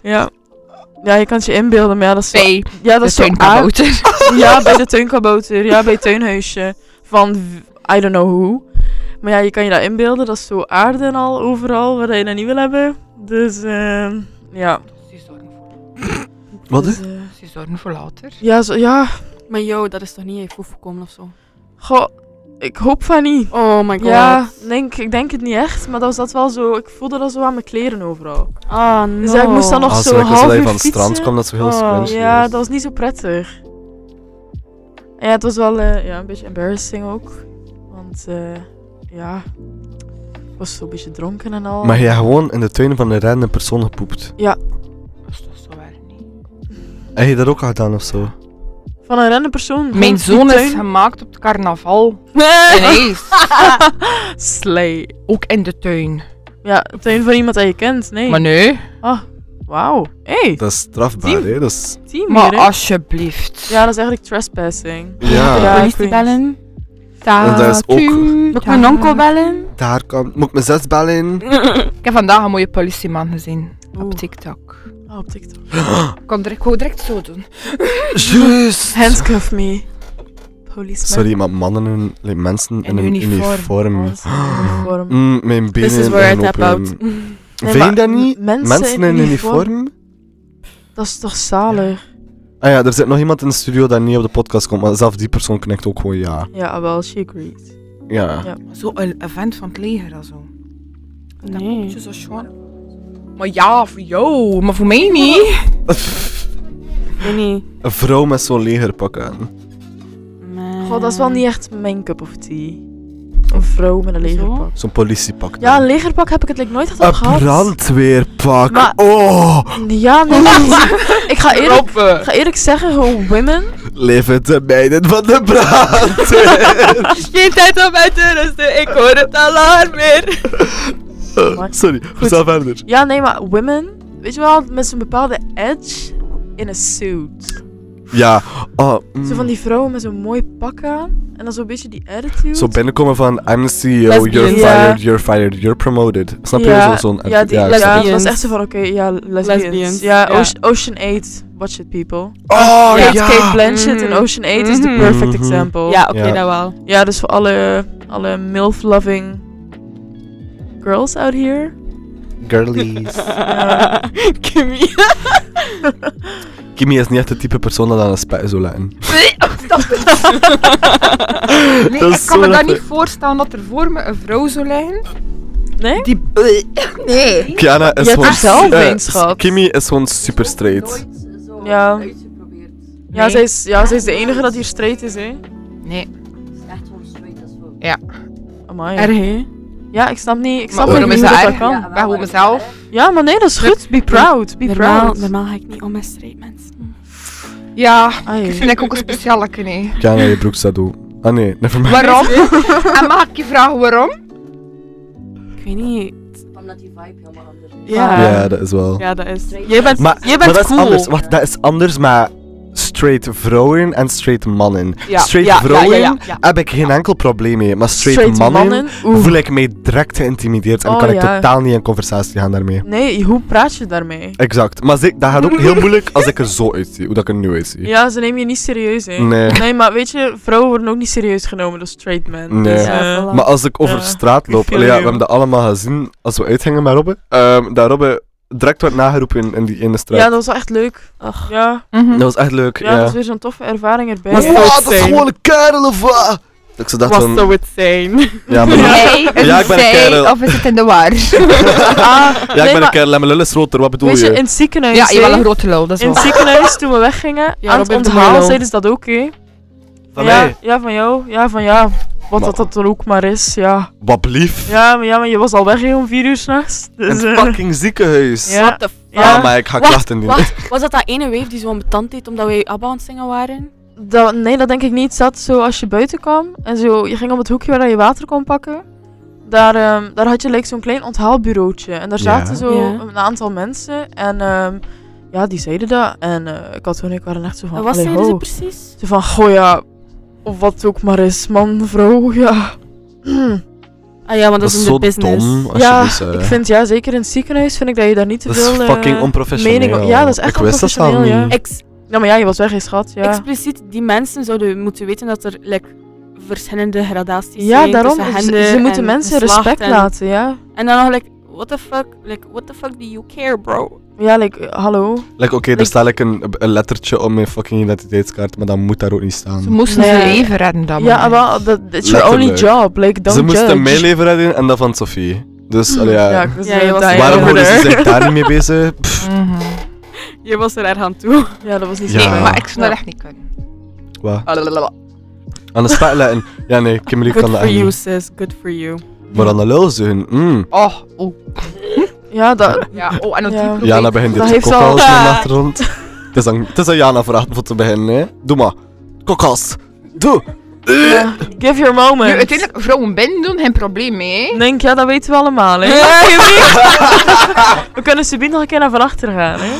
Ja. Ja, je kan het je inbeelden, maar ja, dat is zo,
Twee.
ja, dat
Dat
is zo
zijn
aard-
kabouter.
ja, bij de tuinkabouter. Ja, bij het tuinhuisje. Van w- I don't know who. Maar ja, je kan je dat inbeelden. Dat is zo aarde en al overal, waar je dat niet wil hebben. Dus, ehm, ja.
Ze zorgen voor-
Wat
Dus,
hè?
eh,
ze zorgen voor later.
ja, zo, ja.
Maar yo, dat is toch niet even voorkomen of zo?
Goh, ik hoop van niet.
Oh my god.
Ja, denk, ik denk het niet echt, maar dat was dat wel zo. Ik voelde dat zo aan mijn kleren overal.
Ah, no.
Dus ja, ik
Oh.
moest dan nog
Als
zo
ik als
half
dat je
uur
van het strand
fietsen.
kwam, dat is wel
Oh,
heel scrunchy.
Ja,
is.
dat was niet zo prettig. Ja, het was wel eh, ja, een beetje embarrassing ook. Want eh, ja, ik was zo'n beetje dronken en al.
Maar jij gewoon in de tuin van een random persoon gepoept.
Dat is toch zo waar niet.
Heb je dat ook al gedaan of zo?
Van een random persoon.
Mijn
rond die
zoon is
tuin.
gemaakt op het carnaval. En
Nee.
hij is
Slay.
ook in de tuin.
Ja, de tuin van iemand dat je kent, nee.
Maar nee.
Wauw. hey,
Dat is strafbaar, hè? Dat is...
team
Maar
hier, hè.
alsjeblieft.
Ja, dat is eigenlijk trespassing.
Ja.
Ja.
Politie
ik weet
bellen.
En dat is ook-
Moet ik mijn onkel bellen?
Daar kan... Moet ik mijn zes bellen in?
Ik heb vandaag een mooie politieman gezien. Op
Oeh.
TikTok.
Oh, op TikTok.
Ik kan direct, ik wou direct zo doen.
Juist!
Handcuff me. Policeman.
Sorry, maar mannen en like, mensen in
In
een
uniform.
uniform.
Oh, dat is een uniform.
Mm, mijn benen
This is where I
in een
tap
open-
out. Nee,
Vind
maar
je dat niet?
m- Mensen,
Mensen in uniform?
Dat is toch zalig?
Ah ja, er zit nog iemand in de studio dat niet op de podcast komt, maar zelf die persoon connect ook gewoon ja.
Ja, wel, she agrees.
Ja.
Ja.
Zo een event van het leger en zo.
Nee.
Zo schoon.
Maar ja, voor jou. Maar voor mij niet.
Nee, nee.
Een vrouw met zo'n legerpak aan.
Nee.
Goh, dat is wel niet echt mijn cup of tea. Een vrouw met een
Hoezo?
legerpak.
Zo'n politiepak.
Ja, een
dan.
legerpak heb ik het like, nooit echt al
Een
gehad.
brandweerpak.
Maar-
Oh,
Ja, nee. maar- ik ga eerlijk, ik
Roppen.
ga eerlijk zeggen, gewoon women.
leven de meiden van de brandweer.
Geen tijd om uit te rusten, ik hoor het alarm weer.
Eh.
Maar-
Sorry, vertel verder.
Ja, nee, maar women. Weet je wel, met zo'n bepaalde edge in een suit.
Ja, oh, mm.
Zo van die vrouwen met zo'n mooi pak aan. En dan zo'n beetje die attitude.
Zo binnenkomen van I'm the CEO,
Lesbian.
you're
Ja.
fired, you're fired, you're promoted. Snap je?
Ja,
Zo- zo'n
Ja, die, ja,
ik snap
het
het.
was echt zo van, oké, ja, lesbians.
Lesbians,
Ja,
ja.
Oce- Ocean 8, watch it people.
Oh
Kate,
ja.
Kate Blanchett in
Mhm.
Ocean 8 is the
Mhm.
perfect
Mhm.
example.
Ja, oké,
Ja.
dat wel.
Ja, dus voor alle, alle MILF-loving girls out here.
Girlies.
Kimmy.
Kimmy is niet echt het type persoon dat aan een spijt zou letten.
Nee,
Dat is
ik kan
zo
me dat
lekker.
niet voorstellen dat er voor me een vrouw zou liggen.
Nee?
Die... Nee.
Kiana is
Je
gewoon...
hebt er zelf
eh,
een, schat.
Kimmy is gewoon super straight.
Ja. Ja,
Nee.
zij is, ja, zij is
Ah,
de enige dat hier straight is, hè.
Nee.
Amai.
RG.
Ja, ik snap niet, ik
Maar
snap niet
waarom is
hoe
dat
dat,
erg?
kan.
Ik ben gewoon mezelf.
Ja, maar nee, dat is goed. Be proud, be
Normaal,
proud.
normaal ga ik niet om met straight mensen.
Ja, ik
Ai.
vind ik ook een speciaal nee.
Kiana, je broek staat toe. Ah nee, never mind.
Waarom? en mag ik je vragen waarom?
Ik weet niet.
Omdat die vibe helemaal anders is.
Ja.
Ja, dat is wel.
Ja, dat is.
Jij bent,
Maar,
jij
maar
bent
dat
cool.
is anders. Wacht, dat is anders, maar straight vrouwen en straight mannen.
Ja,
Straight
ja, ja, ja,
vrouwen
ja, ja.
heb ik geen enkel probleem mee, maar straight, mannen,
oeh.
voel ik mij direct geïntimideerd en
Oh,
kan ik
ja.
totaal niet in conversatie gaan daarmee.
Nee, hoe praat je daarmee?
Exact. Maar ze- dat gaat ook heel moeilijk als ik er zo uitzie, hoe dat ik er nu uitzie.
Ja, ze nemen je niet serieus, hè?
Nee.
maar weet je, vrouwen worden ook niet serieus genomen door straight men.
Nee.
Dus,
Ja,
eh,
voilà.
Maar als ik over
Ja,
straat
ik
loop,
feel
allee, ja, we
you.
hebben dat allemaal gezien als we uithingen met Robbe. Ehm dat Robbe direct werd nageroepen in, in die ene straat.
Ja, dat was wel echt leuk. Ja,
Mhm.
Dat was echt leuk.
ja,
Ja,
dat is weer zo'n toffe ervaring erbij.
Was
Ja,
zo
dat is
insane.
gewoon een kerel of wat? Ik ze dacht
was
van...
zo insane.
Ja, maar...
Nee, een
Ja, ik ben een
zij,
kerel.
Of is het in de war?
Ah,
Ja, ik
nee,
ben een
maar
kerel en mijn lul is roter, wat bedoel
Weet je,
je?
in het ziekenhuis.
ja, je wel
hè?
een grote lul, dat is
In het
wel.
ziekenhuis toen we weggingen,
Ja,
aan het
Robert de
onthaal
Moelo.
zeiden ze dat ook, hè?
Van
ja,
mij?
ja, van jou. Ja, van ja. Wat dat, dat er ook maar is, ja.
Wat blief.
Ja, maar, ja, maar je was al weg hè, om vier uur s'nachts.
In
Dus,
het
eh,
fucking ziekenhuis.
ja.
What the
ja.
Ah, maar ik ga
Wacht,
klachten doen.
Wacht, was dat dat ene weef die zo betant deed omdat wij ABBA aan het zingen waren?
Dat, nee, dat denk ik niet. Zat zo als je buiten kwam en zo, je ging op het hoekje waar je water kon pakken. Daar, ehm, daar had je like, zo'n klein onthaalbureautje. En daar
Ja.
zaten zo
Ja.
een aantal mensen. En ehm, ja, die zeiden dat. En eh, ik had toen, ik waren echt zo van.
en wat
allee,
zeiden ze
ho.
precies?
Zo van, goh ja, of wat het ook maar is, man, vrouw, ja.
Eh.
Ah ja, want
Dat is
dat, in
zo
de business.
dom. Als
ja,
je dus, eh,
ik vind, ja, zeker in het ziekenhuis vind ik dat je daar niet te
dat
veel
is
eh,
fucking onprofessioneel.
mening... Ja, dat is echt
Ik wist dat al
onprofessioneel, ja.
niet.
Ex-
Ja, maar ja, je was weggeschat, ja.
Expliciet, die mensen zouden moeten weten dat er like, verschillende gradaties
ja,
zijn
daarom,
tussen
ze,
hende
ze moeten
dus en
mensen
geslacht
respect
en-
laten, ja.
En dan nog, like, what the fuck, like, what the fuck do you care, bro?
Ja, like, eh, hallo.
Like, oké, daar
Ik-
sta ik een, een lettertje op mijn fucking identiteitskaart, maar dat moet daar ook niet staan.
Ze moesten
Nee.
ze leven redden dan.
ja,
maar.
wel, dat it's your only
Letterlijk.
job, like, don't
ze
judge.
moesten mijn leven redden en dat van Sophie. Dus, allee, ja.
Ja, ik was
Ja,
eh,
je was
daar-
echt
Waarom
ja.
houden ze zich daar niet mee bezig? Pff,
Mhm.
Je was er erg aan toe.
Ja, dat was niet zo
Ja.
fijn.
Maar ik zou dat
Ja.
echt niet kunnen.
wat? Aan de spijt letten. Ja, nee, Kimberly
Good
kan dat
for
echt
you,
niet.
sis. Good for you.
Maar aan de lul zoeken, mm.
Oh, oh.
Ja, dat...
Ja, oh, en dat
Ja.
die broek
Jana
ook.
begint
Dat
dit
heeft
ook
ze al-
al eens in
Ah.
de achtergrond. Het is aan- Het is aan Jana vraag om te beginnen, hè. Doe maar. Kokos. Doe.
ja. Give your
Nu,
moment.
uiteindelijk, vrouwen binnen doen, geen probleem mee.
Denk, ja, dat weten we allemaal, hè. we kunnen Sabine nog een keer naar van achter gaan, hè.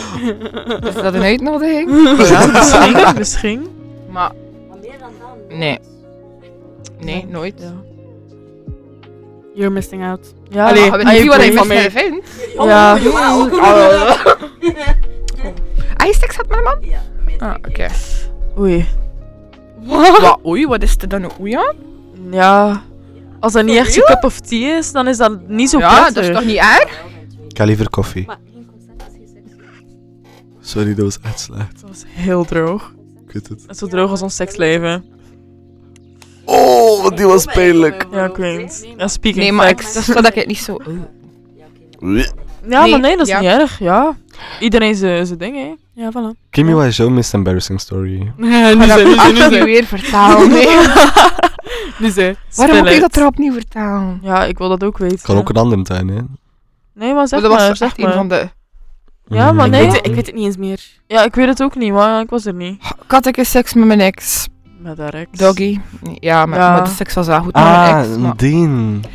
Is dat een uitnodiging?
misschien, misschien.
Maar
Maar meer dan dan?
Nee. nee, nooit. Ah,
Ja.
You're missing out.
Ja, Ah,
Allee, ah, hebben
maar-
we niet
I
zien wat hij
agree.
van mij vindt.
Ja.
Hij seks had mijn man?
Ja, weet
Ah,
ik.
oké.
Oei.
Wat? Oei, wat is er dan een oei aan?
Ja. Als dat niet echt je cup of tea is, dan is dat niet zo
Ja,
prettig.
dat is toch niet erg?
Ik ga liever koffie.
Maar geen consent is geen seks.
Sorry, dat was echt slecht.
Dat was heel droog.
Ik weet het.
Net zo droog als ons seksleven.
Oh, die was pijnlijk.
Ja, ik weet het. Ja, speaking
Nee, maar ik,
facts.
dat is toch dat ik het niet zo...
Ja,
Nee,
maar nee, dat is
ja.
niet erg, ja. Iedereen zijn zijn ding, hè.
Ja, voilà.
Kimmy was jouw most embarrassing story.
nu
Ga
ze,
Ah,
nu
dat
ze,
niet weer vertalen? Oh, Nee.
nu ze.
Waarom moet ik
Spill
dat
it.
erop niet vertalen?
Ja, ik wil dat ook weten.
Kan ook een ander zijn, hè?
Nee, maar zeg
Oh, dat was
maar,
echt
zeg
een
maar.
van de...
Ja, maar
Mm.
nee.
Ik weet, het, ik weet het niet eens meer.
Ja, ik weet het ook niet, maar ik was er niet.
Ik had een keer seks met mijn ex.
Met haar ex.
Doggy. Ja, maar,
Ja.
maar de seks was wel goed met mijn
Ah,
ex. maar-
een ding.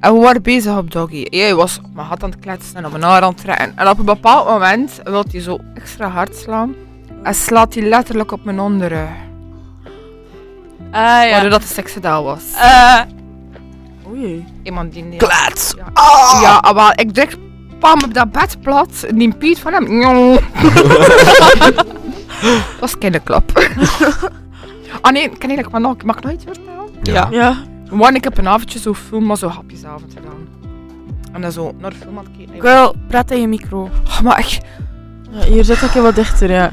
En we waren bezig op Doggy. Jij was op mijn gat aan het kletsen en op mijn haar aan het trekken. En op een bepaald moment wil hij zo extra hard slaan. En slaat hij letterlijk op mijn onderrug.
Ah,
Waardoor dat de seks gedaan was.
Oei.
Iemand die... niet-
Klets.
Ja, ja maar ik druk pam op dat bed plat. Die Piet van hem. dat was kinderklap. Ah nee, kan ik maar nog, mag ik nog iets vertellen?
Ja.
Ja.
Want ik heb een avondje zo film, maar zo hapjesavond gedaan. En dan zo naar de film aan het kijken.
Girl, praat in je micro.
Oh, maar echt-
Ja, Hier zit ik een wat dichter, ja.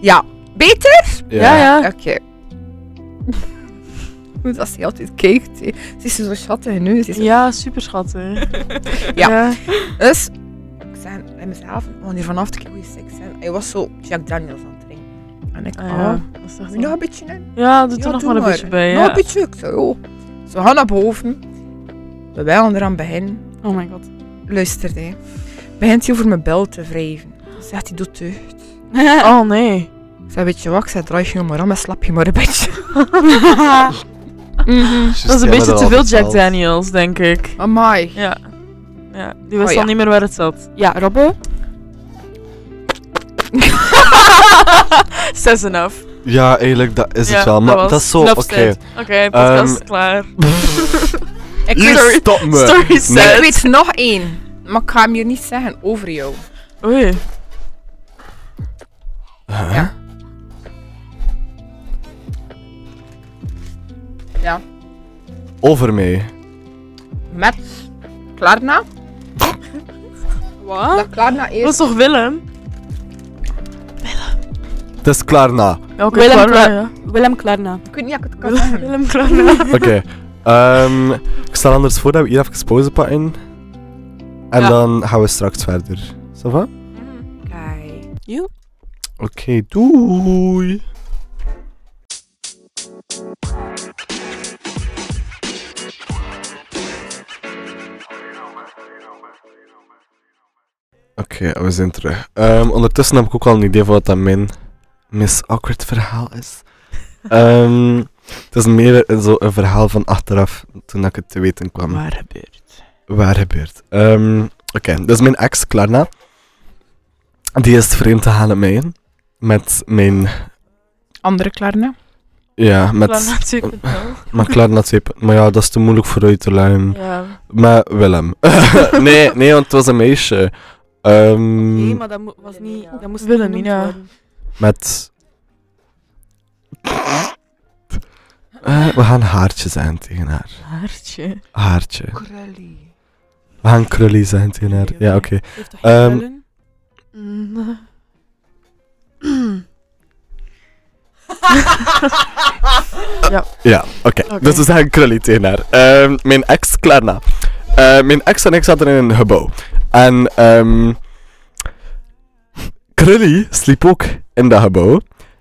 Ja, beter?
Ja, ja.
Oké. Goed als hij altijd kijkt. hè. Ze is zo schattig nu. Ze is zo-
Ja, super schattig.
Ja.
ja.
Dus, ik zei bij mezelf, we gaan hier vanaf te kijken hoe je seks zijn. Hij was zo Jack Daniels aan het drinken. En ik,
Ah,
ah,
ja. Dat is echt
moet
wel-
je nog een beetje in?
Ja, doe er
Ja,
nog
doe
wel een beetje bij.
Nog
Ja.
een beetje, ik zei, joh. Ze gaan naar boven. We willen eraan beginnen.
Oh my god.
Luistert hij. Begint hij over mijn bel te wrijven. Dan zegt hij, doe deugd.
Oh nee.
Ik zei, weet je wat? Ik zei, draai je maar om en slap je maar een beetje.
Mhm.
Dat is een beetje te veel Jack Daniels, denk ik.
Amai.
Ja. ja. Die wist
Oh, ja.
al niet meer waar het zat.
Ja, Robbe.
6 enough.
Ja, eigenlijk, dat is het wel. Maar dat, is zo, oké. Ehm,
Enough said. Oké, podcast klaar.
Ik
Hier,
weet,
stop me.
Story
ik
said.
weet nog één. Maar ik ga hem hier niet zeggen over jou.
Oei.
Over mij.
Met Klarna.
Wat?
Dat klaar na
Dat is
eerst.
toch Willem?
Het is klaar na.
Ja, oké,
Willem
Klarna,
Kla-
ja.
Willem Klarna.
Mm.
Ik weet niet of ik het kan
Willem,
zeggen.
Willem Klarna.
Oké. ehm, ik stel anders voor dat we hier even pauze pakken. En
Ja.
dan gaan we straks verder. Ça va?
Kijk.
Oké, doei. Oké, we zijn terug. Ehm, ondertussen heb ik ook al een idee van wat dat mijn Miss Awkward verhaal is. Ehm, het is meer een- zo een verhaal van achteraf, toen ik het te weten kwam.
Maar gebeurt.
Waar gebeurt? Ehm, Oké, dus mijn ex, Klarna, die is vreemd te halen met mij. Met mijn...
Andere Klarna.
Ja, met...
Klarna 2.0.
Maar Klarna 2... Maar ja, dat is te moeilijk voor u te luimen.
Ja.
Maar Willem. nee, nee, want het was een meisje. Ehm,
Nee, maar dat mo- was niet... Dat moest niet
Willemina.
genoemd worden.
Met... Eh, we gaan haartje zijn tegen haar.
Haartje.
Haartje.
Krully.
We gaan krully zijn tegen haar. Ja, oké.
Heeft toch geen
Ehm,
krullen?
Mm.
Ja, oké.
Oké.
Dus we zeggen krully tegen haar. Ehm, mijn ex, Klarna. Eh, mijn ex en ik zaten in een gebouw. En ehm Krully sliep ook in dat gebouw.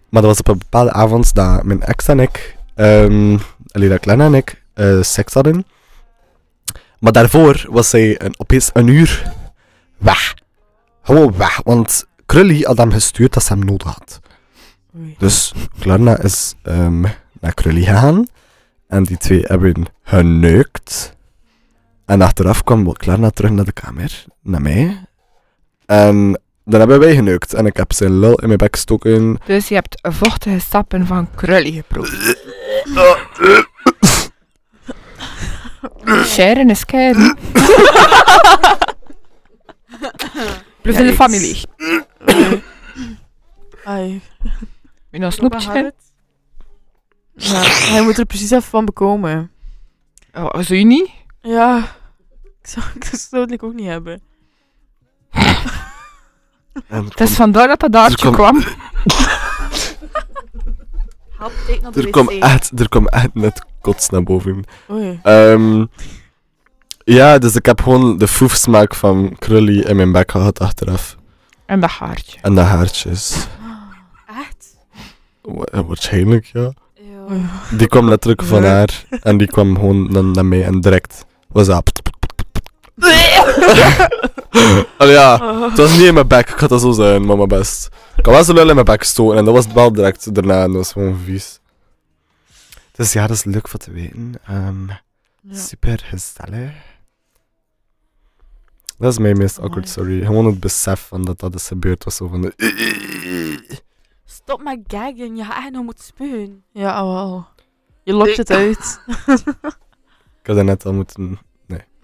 Maar dat was op een bepaalde avond dat mijn ex en ik, ehm alleen dat Klarna en ik, eh, seks hadden. Maar daarvoor was zij een, opeens een uur weg. Gewoon weg. Want Krully had hem gestuurd dat ze hem nodig had.
Oei.
Dus Klarna is ehm, naar Krully gegaan. En die twee hebben geneukt. En achteraf kwam Klarna terug naar de kamer. Naar mij. En dan hebben wij geneukt. En ik heb zijn lul in mijn bek gestoken.
Dus je hebt vochtige stappen van Krully geproefd. Sharon is keihard. Plus in de familie.
Ai.
Wie nou snoepje vindt?
Ja, hij moet er precies even van bekomen.
Oh, zou je niet?
Ja. Ik zou, ik zou het dodelijk ook niet hebben.
En
Het is vandaar dat dat daartje
Er
kwam.
Help, tijd naar de
er kwam
wc.
echt, er kwam echt net kots naar boven.
Oei.
Ehm, ja, dus ik heb gewoon de foefsmaak van Krully in mijn bek gehad achteraf.
En dat haartje.
En de haartjes.
Echt?
Wa- Waarschijnlijk, ja.
Eeuw.
Oei.
Die kwam letterlijk van
Ja.
haar. En die kwam gewoon dan naar mij en direct was dat. Allee, ja,
Oh.
het was niet in mijn bek. Ik had dat zo zijn, mama best. Ik had wel zo lul in mijn bek stoten en dat was wel direct daarna. En dat was gewoon vies. Dus ja, dat is leuk wat te weten. Ehm,
Ja.
Super gezellig. Dat is mijn meest awkward
Amai.
story. Gewoon het besef van dat dat is gebeurd was. Zo van de...
Stop met gaggen, je gaat echt nog moeten spuwen.
Ja, wel. Je lokt het uit.
Ik had dat net al moeten...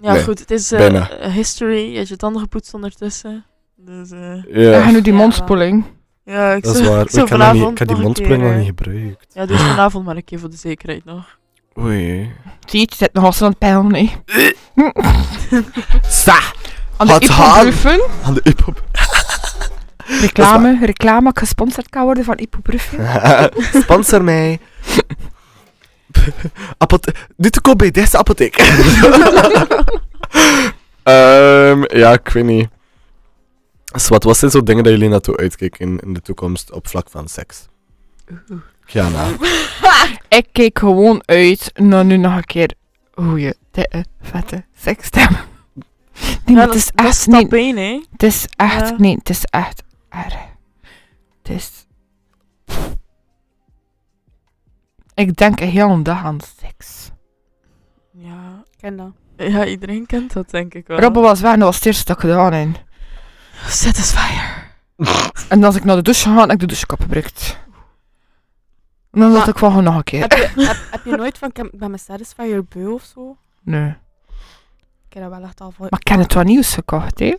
Ja,
Nee,
goed. Het is eh,
bijna.
eh, history. Je hebt je tanden gepoetst ondertussen. Dus, eh,
En
Ja,
nu die
Ja.
mondspoeling.
ja, ik
dat
zou-
is waar.
Ik zou
Ik had, dat niet, ik
vanavond
had die
nog een keer,
mondsprong nog
eh,
niet gebruikt.
Ja, dus vanavond maar een keer voor de zekerheid nog.
Oei.
Zie je, het zit nog als aan het pijl, nee.
Sta!
Aan de
Had haar.
ibuprofen.
Aan de hip-hop.
Reclame, reclame, ik gesponsord kan worden van ibuprofen.
Sponsor mij. Apothe nu te koop bij deze apotheek. Ehm, ja, ik weet niet. Dus wat, wat zijn zo dingen dat jullie naartoe uitkijken in, in de toekomst op vlak van seks? Ja, nou.
Ik keek gewoon uit naar nu nog een keer goeie, dikke, vette seksstem. Nee, maar
Ja,
het
dat
is
dat
echt,
stap
nee,
één, hè.
het is echt,
Ja.
nee, het is echt erg. Het is... Ik denk een hele dag aan seks.
Ja.
Ken dat.
ja, iedereen kent dat, denk ik wel.
Robbe was weg en dat was het eerste dat ik gedaan heb.
Satisfier.
En als ik naar de douche ga, heb ik de douchekap gebruikt. En dan dacht
Maar-
ik van, gewoon nog een keer.
Heb je, heb, heb je nooit van, ik heb- ik ben met Satisfyer beu of zo?
Nee.
Ik heb dat wel echt al voor.
Maar ik heb het wel nieuws gekocht, hè?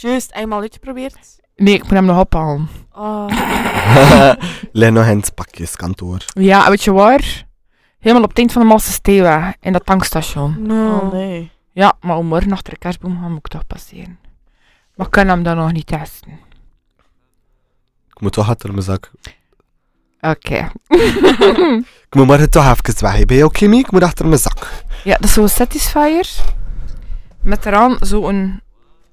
Juist, heb je hem al uitgeprobeerd?
Nee, ik moet hem nog ophalen.
Oh,
Lijn nog in het pakjeskantoor.
Ja, en weet je waar? Helemaal op het eind van de Malse Steewa, in dat tankstation.
no.
Oh, nee.
Ja, maar om morgen achter de kerstboom gaan moet ik toch passeren. Maar ik kan hem dan nog niet testen.
Ik moet toch achter mijn zak.
Oké.
Ik moet maar het toch even weg. Ben je ook chemie? Ik moet achter mijn zak.
Ja, dat is zo'n satisfier. Met eraan zo'n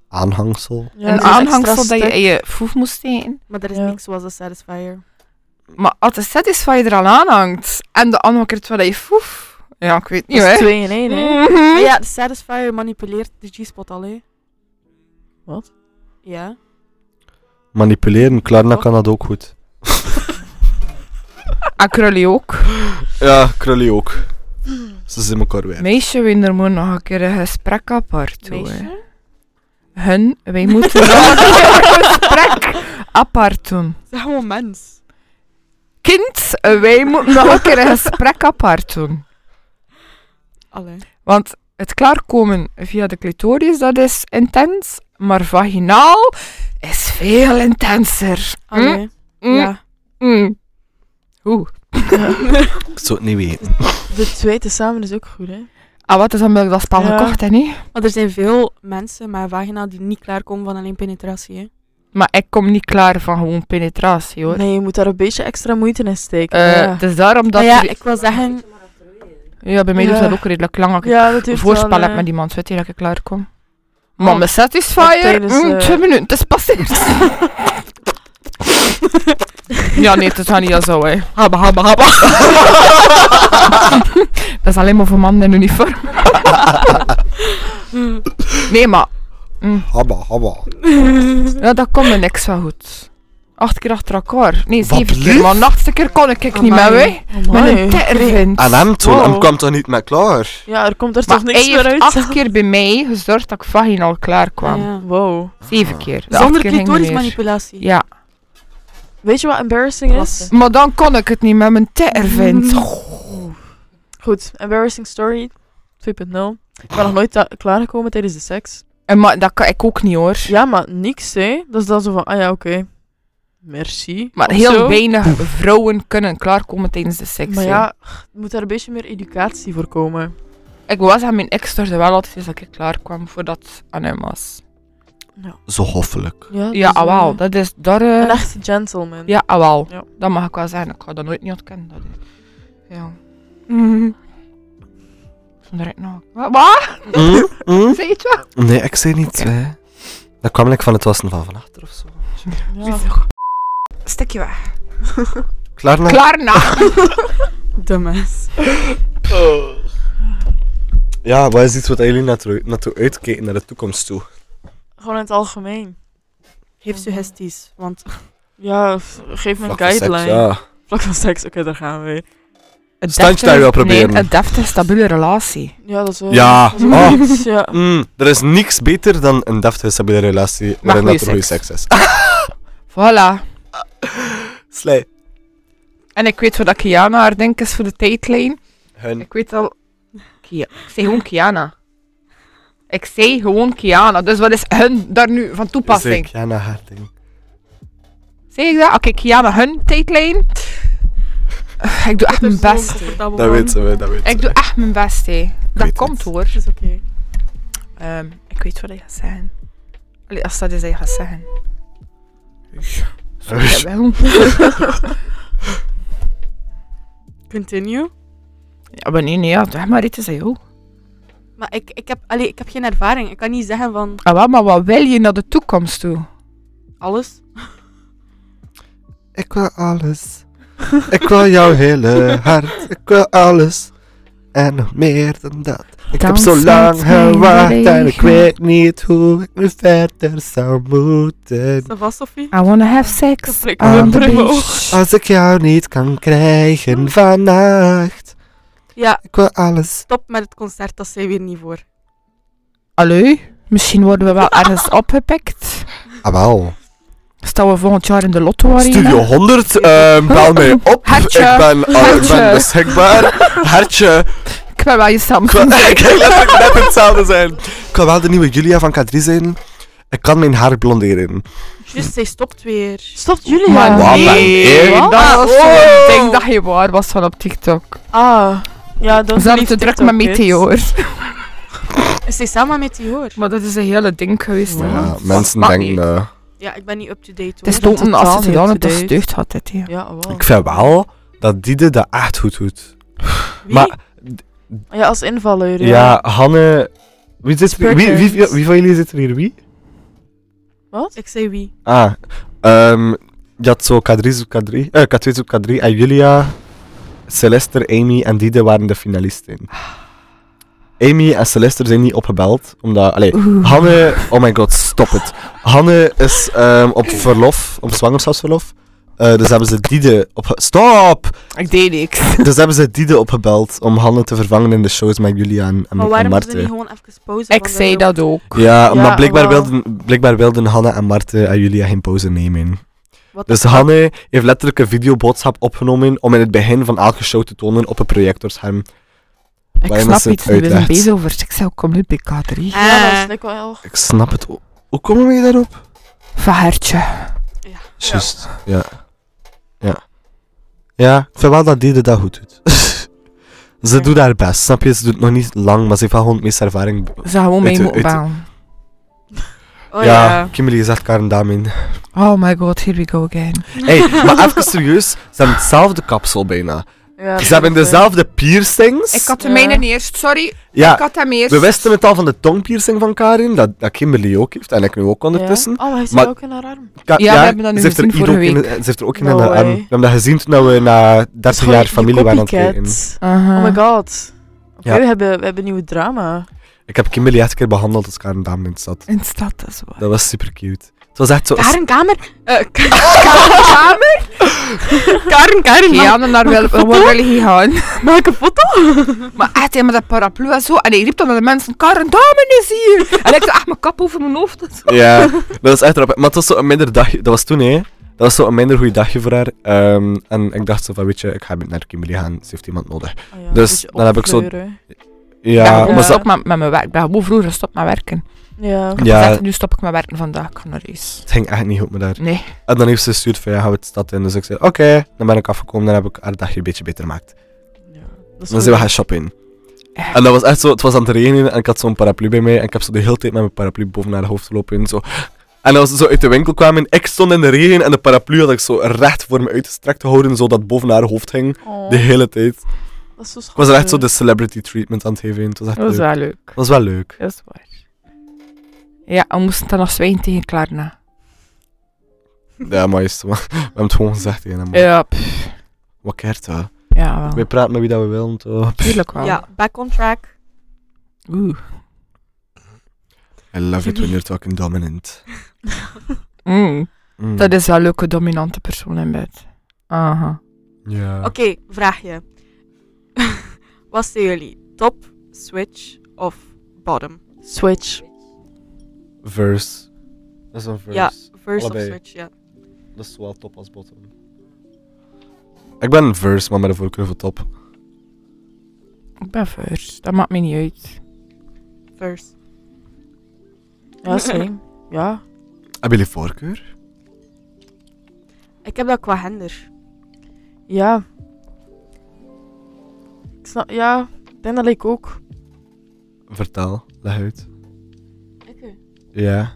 Aanhangsel.
Ja,
een
zo'n extra
aanhangsel dat je
stuk.
in je foef moest steken.
Maar er is
Ja.
niks zoals een satisfier.
Maar als de satisfier er al aan hangt en de andere keer het wel in je foef. Ja, ik weet niet
Dat is
hè.
twee in één, hè?
Mhm.
Ja, de satisfier manipuleert de G-spot al, hè.
Wat?
Ja.
Manipuleren, Klarna kan dat ook goed.
En Krully ook.
Ja, Krully ook. Ze zijn elkaar weer.
Meisje, we er moet nog een keer een gesprek apart doen. hè.
Meisje?
Hun, wij moeten nog een keer een gesprek apart doen.
Zeg gewoon mens.
Kind, wij moeten nog een keer een gesprek apart doen.
Allee.
Want het klaarkomen via de clitoris, dat is intens. Maar vaginaal is veel intenser. Mm,
Allee.
mm,
Ja.
mm. Oeh.
Ik zou het niet weten.
De twee tezamen is ook goed, hè?
Ah, wat is dan dat spel
Ja.
gekocht, hè, niet?
Maar er zijn veel mensen met een vagina die niet klaarkomen van alleen penetratie, hè.
Maar ik kom niet klaar van gewoon penetratie, hoor.
Nee, je moet daar een beetje extra moeite in steken.
Eh,
ja.
Dus daarom dat...
Maar ja,
die-
ik wil zeggen...
ja, bij mij
Ja.
duurt dat ook redelijk lang. als ik
Ja, dat heeft
voorspel
wel,
heb
eh,
met iemand, weet je dat ik klaar kom.
Maar
Maar met Satisfyer,
tijdens,
mm,
eh,
twee minuten, het is passeerd. ja, nee, het is wel niet al zo, hè. Habba, habba, habba. dat is alleen maar voor mannen in uniform. nee, maar mm,
Habba, habba.
ja, dat komt me niks van goed. Acht keer achter elkaar. Nee,
Wat
zeven keer.
lief.
Maar een achtste keer kon ik, ik niet meer,
Amai.
hè. Met
Amai.
een tittervind.
En hem toen, hem
Wow.
kwam toch niet met klaar?
Ja, er komt er
Maar
toch
hij
niks meer
heeft
uit.
acht keer bij mij gezorgd dat ik vaginaal klaar kwam.
Ah, Ja.
Wow.
Zeven keer. De acht
Zonder
keer ging
clitoris
niet meer.
manipulatie.
Ja.
Weet je wat embarrassing is?
Klasse.
Maar dan kon ik het niet met mijn
Mm.
tervind.
Goed, embarrassing story 2.0. Ik ben nog nooit ta- klaargekomen tijdens de seks.
En maar dat kan ik ook niet hoor.
Ja, maar niks, hè? Dat is dan zo van, ah ja, oké. Merci.
Maar
of
heel
zo.
weinig vrouwen kunnen klaarkomen tijdens de seks.
Maar
hè.
ja, moet daar een beetje meer educatie voor komen.
Ik was aan mijn ex er wel altijd eens dat ik klaar kwam voordat het aan hem was.
Zo hoffelijk.
Ja, dus
Ja, ah, wel. Dat is daar. eh,
Een echte gentleman.
Ja, ah, wel.
Ja.
Dat mag ik wel zeggen. Ik ga dat nooit niet ontkennen. Dat is... Ja. Zonder ik nog. Wa- Wat?
Mm, mm.
Zeg je het wel?
Nee, ik zei niet. hè. Dat kwam ik van het wassen van vannacht.
Of zo.
Ja.
Stikje weg.
Klarna?
Klaar na.
De mens.
Ja, wat is iets wat jullie naartoe, naartoe uitkijken naar de toekomst toe?
Gewoon in het algemeen.
Geef suggesties, want...
Ja, f- geef me een
Vlak voor seks,
guideline.
ja.
Vlak van seks, oké, daar gaan we.
Een
Standje
deftige-
daar wel proberen.
Nee, een deftige, stabiele relatie.
Ja, dat is wel...
Ja.
dat is wel
Oh.
iets, ja.
Mm, er is niks beter dan een deftige, stabiele relatie waarin
goeie
dat er goede
seks.
seks is.
Voilà.
Slij.
En ik weet wat Kiana haar denk is voor de tijdlijn.
Hun.
Ik weet al. Kia. Ik zei gewoon Kiana. Ik zei gewoon Kiana. Dus wat is hun daar nu van toepassing?
Ja, naar haar ding.
Zeg ik dat? Oké, Kiana, hun tijdlijn. Eh, Ik doe echt mijn best.
Dat weten we, dat weten
Ik doe echt mijn best, hé. Dat
weet
komt
het.
hoor.
is oké.
Ehm, ik weet wat hij gaat zeggen. Allee, als dat is hij gaat zeggen.
we.
Jawel.
Continue.
Ja, maar nee, nee, ja, zeg maar iets is hij ook.
Maar ik, ik, heb, allee, ik heb geen ervaring. Ik kan niet zeggen van
Ah, wel, maar wat wil je naar de toekomst toe?
alles.
Ik wil alles. ik wil jouw hele hart. Ik wil alles. En nog meer dan dat. Ik heb
Dans
zo
met
lang
mij in de
gewacht en ik
regen.
weet niet hoe ik nu verder zou moeten.
Is dat vast, Sophie?
I wanna have sex
Prik-
on the
prik-
beach.
Als ik jou niet kan krijgen vannacht.
Ja,
Ik wil alles.
stop met het concert, dat zijn we hier niet voor.
Allee, misschien worden we wel ergens opgepikt.
Ah, wel.
Staan we volgend jaar in de lotto
Studio
arena?
100, ehm, bel mij op.
Hartje.
Ik ben, ah, ik ben
Hartje.
beschikbaar. Hartje.
Ik ben wel je
Ik wil
Samsung.
letterlijk net hetzelfde zijn. Ik wil wel de nieuwe Julia van K3 zijn. Ik kan mijn haar blonderen.
Juist, zij stopt weer.
Stopt jullie
Maar
ja?
Wat
nee, Oh.
een
dat was zo'n ding dat je waar was van op TikTok.
Ah. Ja, dat
Ze
is
hadden
lief
te druk
TikTok,
met
kids.
meteor.
Is hij samen met die hoor?
Maar dat is een hele ding geweest.
Maar
hè.
ja,
Dat
mensen
mag
denken...
niet.
eh,
Ja, ik ben niet up-to-date
Het is
hoor.
totaal
toten als het
niet
gedaan had, dat
up-to-date.
steugt had dit hier.
Ja, oh, wow.
ik vind wel dat Diede dat echt goed doet.
Wie?
Maar
Ja, als invaller.
ja, Hanne... Wie, zit, wie, wie, wie, wie van jullie zit er hier? Wie?
Wat?
Ik zei wie?
Ah, ehm je had zo K3 zoek K3, eh, K2 zoek K3 en Julia, Celester, Amy en Dide waren de finalisten. Amy en Celester zijn niet opgebeld, omdat... Allee, Hanne... Oh my god, stop het. Hanne is ehm, op verlof, op zwangerschapsverlof. Eh, dus hebben ze Dide op... Stop!
Ik deed niks.
Dus hebben ze Dide opgebeld om Hanne te vervangen in de shows met Julia en, en,
Maar
en
waarom moeten we
Marten.
niet gewoon even pauze?
Ik zei dat ook.
Ja, omdat
Ja,
blijkbaar,
wel.
wilden, blijkbaar wilden Hanne en Marten en Julia geen pauze nemen.
Wat
Dus Hanne heeft letterlijk een videoboodschap opgenomen om in het begin van elke show te tonen op een projectorscherm.
Ik
Waarom is
snap
het
iets niet, we zijn
uitlegd?
bezig over Ah. seksueel commitment bij K3.
Ah.
Ja, dat is ik wel.
Ik snap het ook. Hoe komen we daarop?
Verhertje.
Juist, ja. Ja. Ja, ik vind wel dat Dede dat goed doet. ze
Ja.
doet haar best, snap je? Ze doet het nog niet lang, maar ze heeft wel gewoon het meeste ervaring.
Ze gewoon mee
Uit-
moeten
uit-
bouwen.
Oh
ja,
ja.
Kimberly is echt Karen Damin.
Oh my god, here we go again.
hey, maar even serieus, ze hebben hetzelfde kapsel bijna.
Ja,
Ze hebben dezelfde piercings.
Eh, Ik had de
Ja.
mijne eerst, sorry. Ik
ja,
had hem eerst.
we wisten het al van de tongpiercing van Karin, dat, dat Kimberly ook heeft, en ik nu ook ondertussen.
Ja. Oh, hij zit
Maar-
ook in haar arm.
Ka-
Ja, we hebben dat nu
ze heeft er
gezien
hier ook
vorige
een- ze heeft er ook een in
No
haar arm.
way.
We hebben dat gezien toen we na 30 jaar
Gewoon die
familie waren aan het
copycat.
kijken.
Aha.
Oh my god. Oké,
Ja.
we, hebben, we hebben nieuwe drama.
Ik heb Kimberly echt een keer behandeld als Karen Dame in de stad.
In stad, dat is waar.
Dat was super cute. Het was echt zo...
Karen Kamer? Eh, Ka-
Oh, Kamer?
Karen, Karen, maak-
Ja, dan naar wel, waar wil je gaan?
maak een foto.
Maar echt, hè, met dat paraplu en zo. En hij riep dan naar de mensen, Karen Damen is hier! En ik zo, echt mijn kap over mijn hoofd. en zo.
Ja, dat was echt rap. Maar het was zo een minder dagje... Dat was toen, hè. Dat was zo een minder goede dagje voor haar. Ehm, en ik dacht zo van, weet je, ik ga met naar Kimberly gaan. Ze heeft iemand nodig.
Oh ja,
Dus
een beetje
dan heb ik zo-
opkleuren.
Ja,
ik ben
maar ze-
gestopt met, met mijn werk. Ik ben gewoon vroeger gestopt met werken.
Ja.
Ja.
Dus nu stop ik met werken vandaag. Ik ga naar huis.
het ging echt niet goed met haar.
Nee.
En dan heeft ze gestuurd van, ja, gaan we het stad in. Dus ik zei, oké. Dan ben ik afgekomen. Dan heb ik haar dagje een beetje beter gemaakt.
Dat
Dan
is goed.
zijn we gaan shoppen. En dat was echt zo, het was aan het regenen en ik had zo'n paraplu bij mij en ik heb zo de hele tijd met mijn paraplu boven naar hoofd gelopen. Zo. En als ze zo uit de winkel kwamen, ik stond in de regen en de paraplu had ik zo recht voor me uitgestrekt gehouden, zodat het boven haar hoofd hing.
Oh,
De hele tijd.
dat is zo
Ik was er echt zo de
schattig.
celebrity treatment aan het geven. Het was echt
Mm. Dat is
leuk.
wel leuk.
Het was wel leuk.
Dat is waar. Ja, we moesten dan nog zwijgen tegen Klarna.
Ja, maar juist, maar we hebben het gewoon gezegd tegen hem.
Ja, pff,
Wat keert dat?
ja
We
wel.
praten met wie dat we willen, toch? Pff,
Tuurlijk wel.
Ja, back on track.
Oeh.
I love it when you're talking dominant.
Mm.
Mm.
Dat is wel een leuke dominante persoon in bed. Aha.
Ja.
Oké, vraagje. Wat zijn jullie? Top, switch of bottom?
Switch.
Verse. Dat is een verse.
Ja, first
Allebei.
of switch, ja.
Dat is zowel top als bottom. Ik ben een verse, maar met een voorkeur voor top.
Ik ben first. Dat maakt me niet uit.
First.
Ja, same. Ja.
Hebben jullie voorkeur?
Ik heb dat qua gender.
Ja. Ik snap, ja. Ik denk dat ik ook.
Vertel, leg uit. Ja. Ah,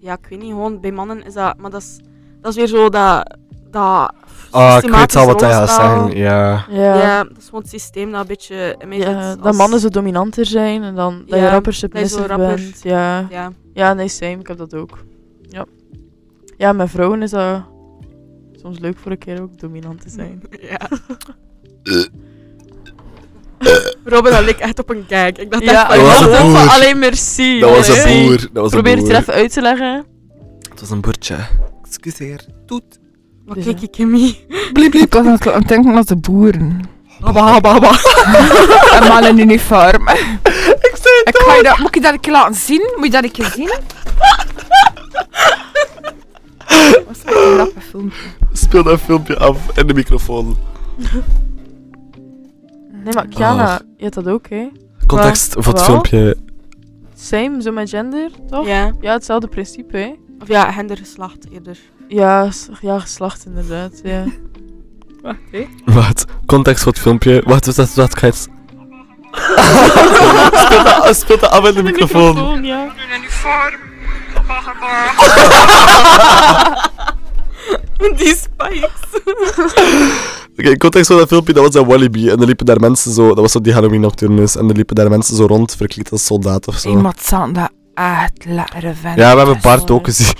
Ja, ik weet niet, gewoon bij mannen is dat... Maar dat is, dat is weer zo dat... dat
Ah, ik weet al wat hij gaat
systematisch
zeggen.
rollenspel.
Ja.
Ja.
Ja.
ja.
dat is gewoon het systeem dat een beetje... in mij zit
dat
als-
mannen zo dominanter zijn en dan dat je
Ja,
rapper
dat je zo
submissive
rapper-
bent. Ja.
Ja.
ja, nee, same. Ik heb dat ook. Ja. Ja, met vrouwen is dat soms leuk voor een keer ook dominant te zijn.
Ja.
Eh.
Robin, dat leek echt op een kijk. Ik dacht echt
Ja,
van,
Dat was
ik
een
dacht ook van,
boer.
alleen merci.
Dat was
hoor,
een
hè.
boer. Dat was
Probeer
een
het
boer.
er even uit te leggen.
Het was een boertje. Excuseer. Toet.
wat
Dus,
kijk
ja.
ik in mee?
Bliep, bliep. Ik was aan het- aan het denken als de boeren.
Habba, habba, habba.
Een man in uniform. ik zei het ga je dat, Moet ik dat een keer laten zien? Moet je dat een keer zien? Dat was echt een grappig filmpje.
Speel dat filmpje af in de microfoon.
Nee, maar Kiana,
Ach.
je had dat ook, hè?
Context voor het
Wel?
filmpje.
Same, zo met gender, toch? Ja,
Ja.
hetzelfde principe, hè?
Of ja, gendergeslacht eerder.
Ja, s- ja, geslacht inderdaad, ja.
Wat? Context voor het filmpje. Wacht, wacht, wacht, wacht. guys. Spit dat- Spit dat af in de microfoon.
ja.
Die spikes.
Oké, ik context van dat filmpje, dat was een Wallaby. En er liepen daar mensen zo... Dat was zo die Halloween nocturnus. En er liepen daar mensen zo rond, verkleed als soldaat of zo.
Iemand zat dat echt lekkere vent.
Ja, we hebben Bart ook gezien.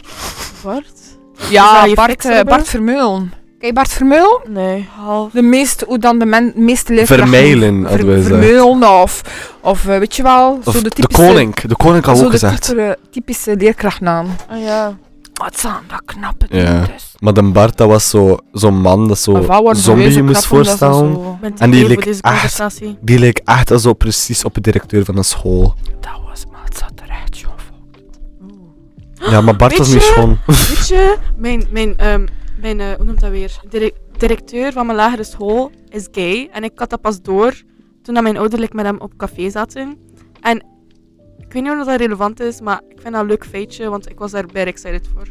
Bart? Zou
Ja,
je
Bart,
fiks
eh,
hebben?
Bart Vermeulen. Kijk, Bart Vermeulen.
Nee.
Half.
De meeste, hoe dan de men, meeste leeftijd.
Vermeilen, hadden wij gezegd.
Vermeulen of, of eh, weet je wel,
Of
zo de
de
typische...
koning. De koning had
zo
ook
de
gezegd.
typische, typische leerkrachtnaam.
Ah ja.
Wat zijn dat knappe
Ja.
dingen dus.
Maar de Bart, dat was zo- zo'n man dat
Mijn vrouw
zo
wordt
zombie je
bewezen
moest
knap omdat ze
voorstellen.
zo-
Bent
En die
hier voor
likt
deze
echt.
conversatie?
Die leek echt zo precies op de directeur van een school.
Dat was maar het zat terecht, joh.
Ja, maar Bart was
Weet
niet
je?
schoon.
Weet je, mijn, mijn, ehm, mijn eh, hoe noemt dat weer? Direc- directeur van mijn lagere school is gay. En ik had dat pas door toen dat mijn ouderlijk met hem op café zaten. En ik weet niet of dat relevant is, maar ik vind dat een leuk feitje, want ik was daar bij excited voor.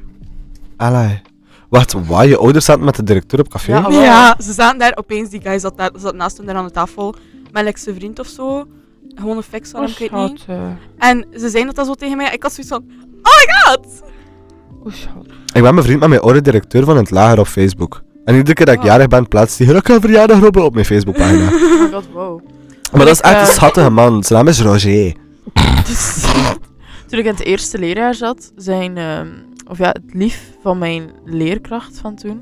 Allee. Wacht, waar? Je ouders zaten met de directeur op café?
Ja. Ah, wel.
ja, ze zaten daar opeens, die guy zat, daar, zat naast hem daar aan de tafel met like, zijn vriend of zo. Gewoon een fix
Oh,
van hem, ik weet niet.
eh.
En ze zeiden dat dan zo tegen mij. Ik had zoiets van, oh my god!
Hoe schat.
Ik ben bevriend met mijn oude directeur van het lager op Facebook. En iedere keer dat ik
Oh.
jarig ben, plaatst hij gelukkige verjaardaggroepen op mijn Facebookpagina.
Oh my god, wow.
maar dat is echt een
eh,
schattige man. Zijn naam is Roger.
Dus, toen ik in het eerste leerjaar zat, zijn, ehm, of ja, het lief van mijn leerkracht van toen,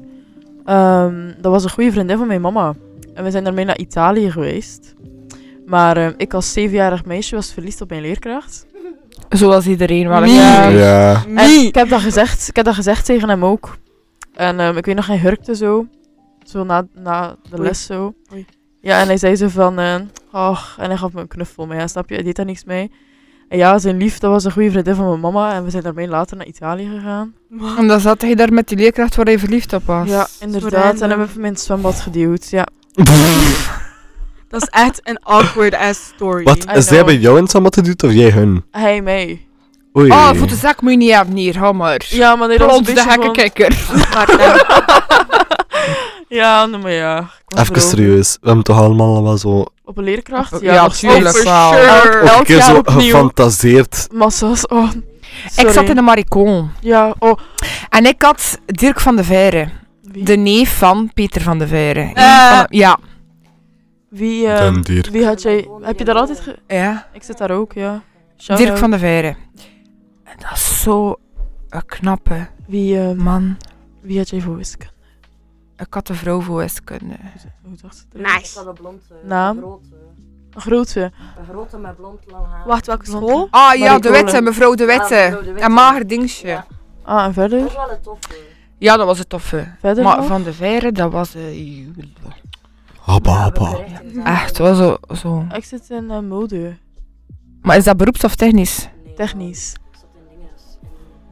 ehm, dat was een goede vriendin van mijn mama. En we zijn daarmee naar Italië geweest. Maar ehm, ik als zevenjarig meisje was verliefd op mijn leerkracht.
Zoals iedereen wel.
Nee.
Ja.
Ja.
En ik heb dat gezegd, ik heb dat gezegd tegen hem ook. En ehm, ik weet nog, hij hurkte zo. Zo na, na de
Oei.
les zo.
Oei.
Ja, en hij zei zo van... eh och, en hij gaf me een knuffel mee, hè, snap je? Hij deed daar niks mee. En ja, zijn lief, dat was een goede vriendin van mijn mama. En we zijn daarmee later naar Italië gegaan.
En dan zat hij daar met die leerkracht waar hij verliefd op was.
Ja, inderdaad. En
random.
hebben we even mijn zwembad geduwd, ja.
Dat is echt een awkward ass story.
Wat?
know.
Zij hebben jou in wat geduwd of jij hun?
Hij mee.
Oei.
Oh, voor de zak moet je niet hebben hier, hammer.
Ja, maar nee, dat was een
Plot de
beetje gewoon-
hekkenkikker.
Maar, eh,
Ja, nee, maar ja. ik was
Even
erover.
serieus. We hebben toch allemaal wel zo...
Op een leerkracht?
Oh, Ja,
nog steeds.
tuurlijk wel.
Elk,
Ook een
elk
keer
jaar
zo
opnieuw.
gefantaseerd.
Massa's, oh.
Ik zat
sorry.
in de Maricon.
Ja, oh.
En ik had Dirk van de Veire.
Wie?
De neef van Peter van de Veire.
Eh.
Van- Ja.
Wie, ehm,
Dan Dirk.
wie had jij... Heb je daar altijd... Ge...
ja.
Ik zit daar ook, ja. Shout
Dirk
out.
van de Veire. En Dat is zo een knappe
Wie, ehm,
man.
wie had jij voor wiskunde?
Ik had een vrouw voor wiskunde.
Hoe dacht het?
Ik had een blond. eh,
Naam?
Een grote.
Een grote.
Een grote met blond lang haar.
wacht, welke school?
Ah ja, de
Maricone.
witte, mevrouw de
Ah, mevrouw
witte.
De Witte.
Een mager dingetje.
Ja.
Ja,
Ah, en
Dat was
verder?
wel een toffe.
dat was een toffe.
Verder
Maar
nog?
van de Veire, dat was... eh,
Habba,
Ja, we
habba.
hebben recht in
Echt,
zaken.
wel zo, zo.
Ik zit in eh, mode.
Maar is dat beroeps of technisch?
Nee,
Technisch.
Ik zat in dinges. in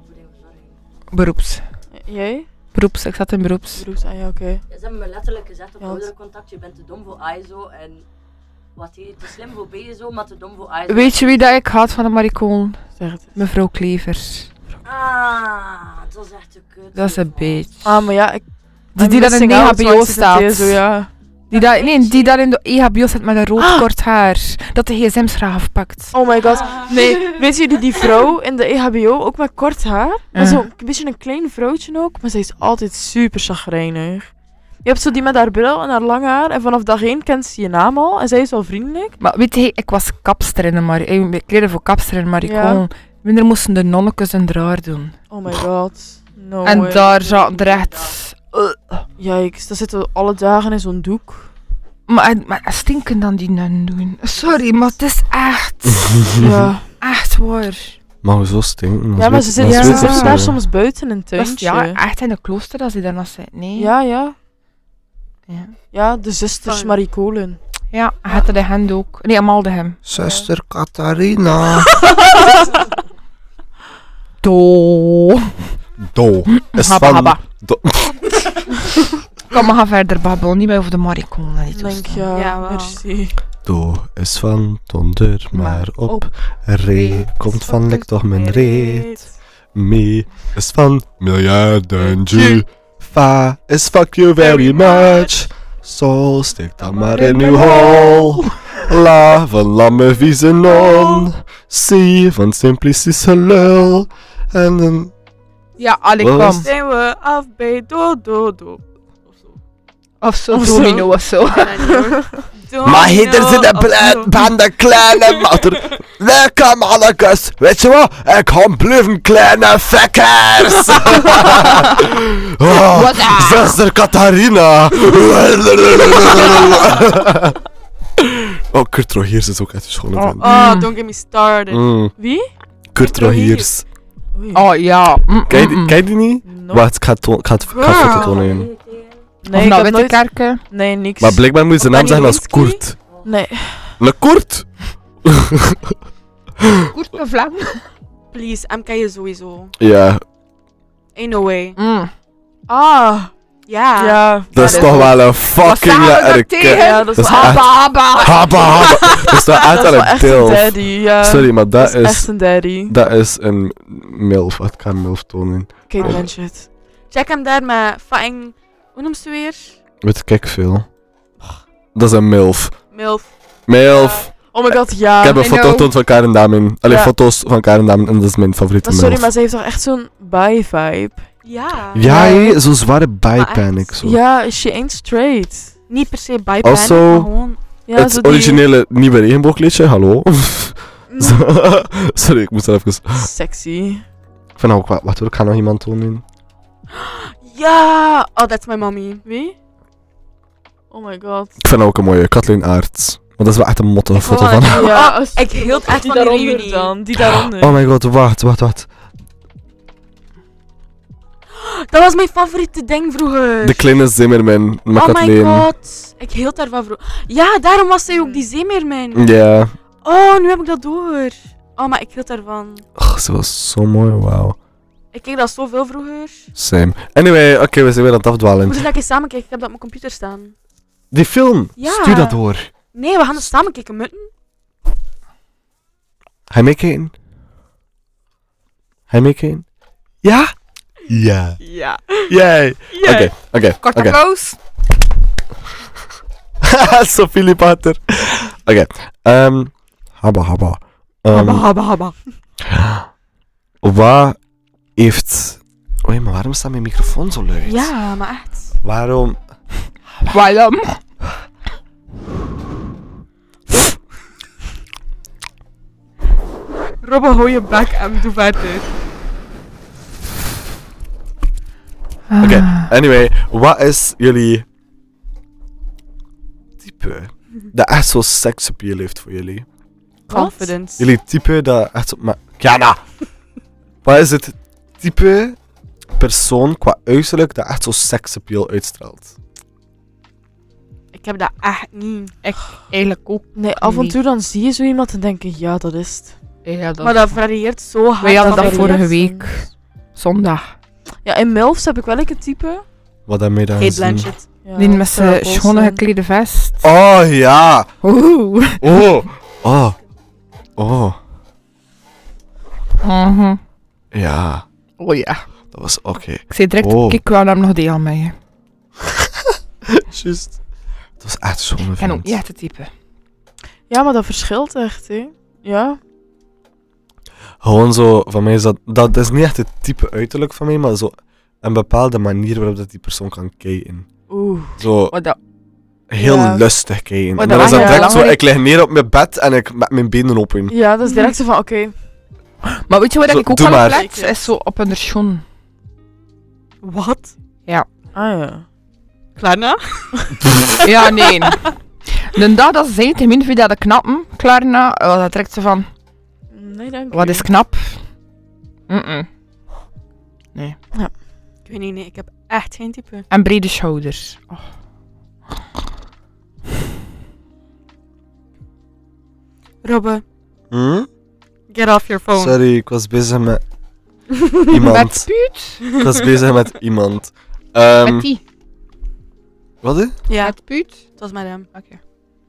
voeding en verzorging.
Beroeps.
Eh, Jij?
Beroeps, ik zat in beroeps.
Beroeps... Ah ja, oké.
Ja, Ze hebben me letterlijk gezegd op
Ja,
ouderencontact, je bent te dom voor ISO en wat hier, te slim voor BSO, maar te dom voor ISO.
Weet je wie dat ik had van de maricoon?
Zeg het.
Mevrouw Klevers.
Ah, dat was echt een kut.
Dat is een bitch.
Ah, maar ja, ik...
die
I'm
dat in
missing
de E
out,
EHBO
want ik zit
staat.
hier Zo, ja. Ah!
Die dat, nee, die daar in de E EHBO zit met een rood kort haar. Dat de gsm's graag afpakt.
Oh my
Ah.
god. Nee, weet jullie die vrouw in de E EHBO, ook met kort haar? Maar
Ja.
zo, een beetje een klein vrouwtje ook, maar ze is altijd super chagrijnig. Je hebt zo die met haar bril en haar lang haar en vanaf dag één kent ze je naam al en zij is wel vriendelijk.
Maar weet je, ik was kapster in de maricoon. Ik kleden voor kapster in de maricoon. Minder moesten de nonnekes hun draar doen.
Oh my god. No
en
way.
daar zat er echt... eh,
Jijks, daar zitten we alle dagen in zo'n doek.
Maar, maar stinken dan die nun doen. Sorry, maar het is echt...
Ja,
echt waar.
Maar hoezo stinken? Dat
ja maar
weet-
ze
dat
zitten, ze
weet ik
zitten
zo.
daar soms buiten in een
Dat is-
tuintje.
ja, echt in een klooster als hij daarnaast zit. Nee.
ja, ja.
Ja.
Ja, de zusters
Fijn.
Maricolen.
Ja, hij had de hand ook. Nee, hij maalde hem.
Zuster Catharina.
Do.
Do. Is
Habba,
van...
habba.
Do.
Kom, we gaan verder babbelen. Niet meer over de maricon. en die
Denk
toestand.
ja,
Ja, wel.
merci.
Do is van donder, maar op. Re komt van lek toch mijn reet. Me is van miljarden ju. Fa is fuck you very much. Soul, stik dan maar in uw hol. La van lamme vieze non. Si van simplistische lul. En een...
Ja, Alec
Wat was
kwam.
Zijn we af bij do do do. Of zo.
Of zo,
Of zo.
domino of zo.
Nee, niet hoor. Domino
Maar hier zit een
of
plaat
zo.
van de kleine matter. Lekker mannekes, weet je wat? Ik kan blijven kleine fekkers. oh,
Wat a-
zuster Catharina. oh, Kurt Rogiers is ook uit de school.
Oh,
Oh.
Oh, don't get me started.
Wie?
Kurt Rogiers.
Oei.
Oh ja. Mm,
Ken je
mm,
die-
mm.
ken je die niet?
Nope.
Wacht, ik ga het toon- ik ga het- ik ga
Ah.
het foto tonen. jongen.
Nee,
of
ik
nou,
heb nooit...
Witte
Nee, niks.
Maar blijkbaar moet je zijn naam
Of Annie
zeggen als
Lewinsky?
Kurt.
Nee.
Le Kurt?
Koert de Vlam.
Please, MK is sowieso.
Ja,
Ain't no way.
Mm.
Ah,
Ja.
ja.
dat is
dat
toch
is-
wel een
staan
fucking
we daar
erke.
tegen?
Ja, dat is
Dat is
wel echt-
echt-
Habba, habba.
Haba, haba. Dat is wel
dat
echt
is
wel
wel
een
echt een
tilf.
daddy, ja.
Sorry, maar
dat
dat
is echt
is...
een daddy.
Dat is een milf. Wat kan milf tonen?
Kate
Oh.
Blanchett.
Check hem daar met fucking... Hoe noem ze weer?
Weet kijk veel. Dat is een milf.
Milf.
Milf.
Oh my god,
Eh, Ik
ja.
heb een
I
foto
know.
getoond van Karen Damin. Alleen
Ja.
foto's van Karen Damin en dat is mijn favoriete
Maar sorry, maar
milf.
ze heeft toch echt zo'n bye-vibe?
Ja.
Ja,
Nee.
hé, zo'n zware
Maar echt.
bijpanic. Zo.
Ja, she ain't straight.
Niet per se bijpannen,
Also-
maar gewoon...
Ja, zo
het
die- Mm.
originele nieuwe regenboogliedje, hallo. Zo- Sorry, ik moest er even...
Sexy.
Ik vind ook, wa- wacht hoor, ik ga nog iemand tonen.
Ja! Oh, that's my mommy.
Wie? Oh my god.
Ik vind ook een mooie, Kathleen Aarts. Want dat is wel echt een motte
vond
foto van.
het
Ja, als-
Ik hield echt van
die
die
daaronder
reunie.
dan. Die daaronder.
Ah, Oh my god, wacht, wacht, wacht.
Dat was mijn favoriete ding vroeger.
De kleine Zimmerman, maar
Dus- oh my
Kathleen.
god. Ik hield daarvan vroeger. Ja, daarom was zij ook die zeemeermin.
Ja.
Oh, nu heb ik dat door. Oh, maar ik hield daarvan.
Och, ze was zo mooi, wauw.
Ik keek dat zoveel vroeger.
Same. Anyway, oké, we zijn weer aan het afdwalen.
Hoe is dat ik eens samen kijk? Ik heb dat op mijn computer staan.
Die film,
Ja.
stuur dat door.
Nee, we gaan het samen kijken, mutten.
Hij meekijken? Hij meekijken? Ja? Ja.
Ja.
Jij. Oké, oké,
Kort
oké.
applaus.
Sophie Pater. Oké. Ehm habba, habba. Ehm,
Haba, haba.
Wat heeft... Oei, maar waarom staat mijn microfoon zo luid?
Ja, maar echt.
Waarom?
Waarom?
Robbe, hou je bek en doe verder.
Oké, anyway. Wat is jullie... type? Dat echt zo seksappeal heeft voor jullie?
Confidence.
Jullie type dat echt zo... Maar... Kiana! Wat is het type persoon qua uiterlijk dat echt zo seksappeal uitstraalt?
Ik heb dat echt niet.
Eigenlijk ook.
Nee, af en toe dan zie je zo iemand en denk je, ja, dat is het.
Ja, dat...
Maar dat varieert zo hard.
We hadden dat
varieert
vorige
soms.
week. Zondag.
Ja, in MILFs heb ik wel een type.
Wat daarmee dan
Kate
gezien?
Blanchett.
Ja,
Die met
Sarah
zijn
Paulson.
schone geklede vest.
Oh ja!
Oeh.
Oh! Oh! Oh!
Mhm.
Ja,
Oh ja.
dat was oké.
Ik zei direct,
Oh.
kijk, wel nam nog deel mee.
Juist. Het was echt zo'n
En ook
vent.
niet echt te typen.
Ja, maar dat verschilt echt, hè. Ja.
Gewoon zo, van mij is dat... Dat is niet echt het type uiterlijk van mij, maar zo... Een bepaalde manier waarop dat die persoon kan kijken.
Oeh.
Zo
Wat dat...
heel
Ja.
lustig kijken.
Maar
En
dat
dan
was
is dat
ja
direct zo,
belangrijk.
ik lig neer op mijn bed en ik met mijn benen open.
Ja, dat is direct zo van, oké.
Maar weet je wat
Zo,
ik ook
doe
al
maar.
heb gelet? Is zo op hun schoen.
Wat?
Ah ja.
Klarna?
Ja, nee. De dag dat ze zei tegen mij dat de knappen, Klarna, was dat direct zo van...
Nee, dank
Wat
u.
is knap? Mm-mm.
Ik weet niet, nee. Ik heb echt geen type.
En brede schouders.
Robbe,
Hm?
get off your
Oh.
phone.
Sorry, ik was bezig met iemand.
Met puut.
ik was bezig met iemand. Ehm,
Met die.
wat hè?
Ja,
Met puut.
het was met hem.
Oké.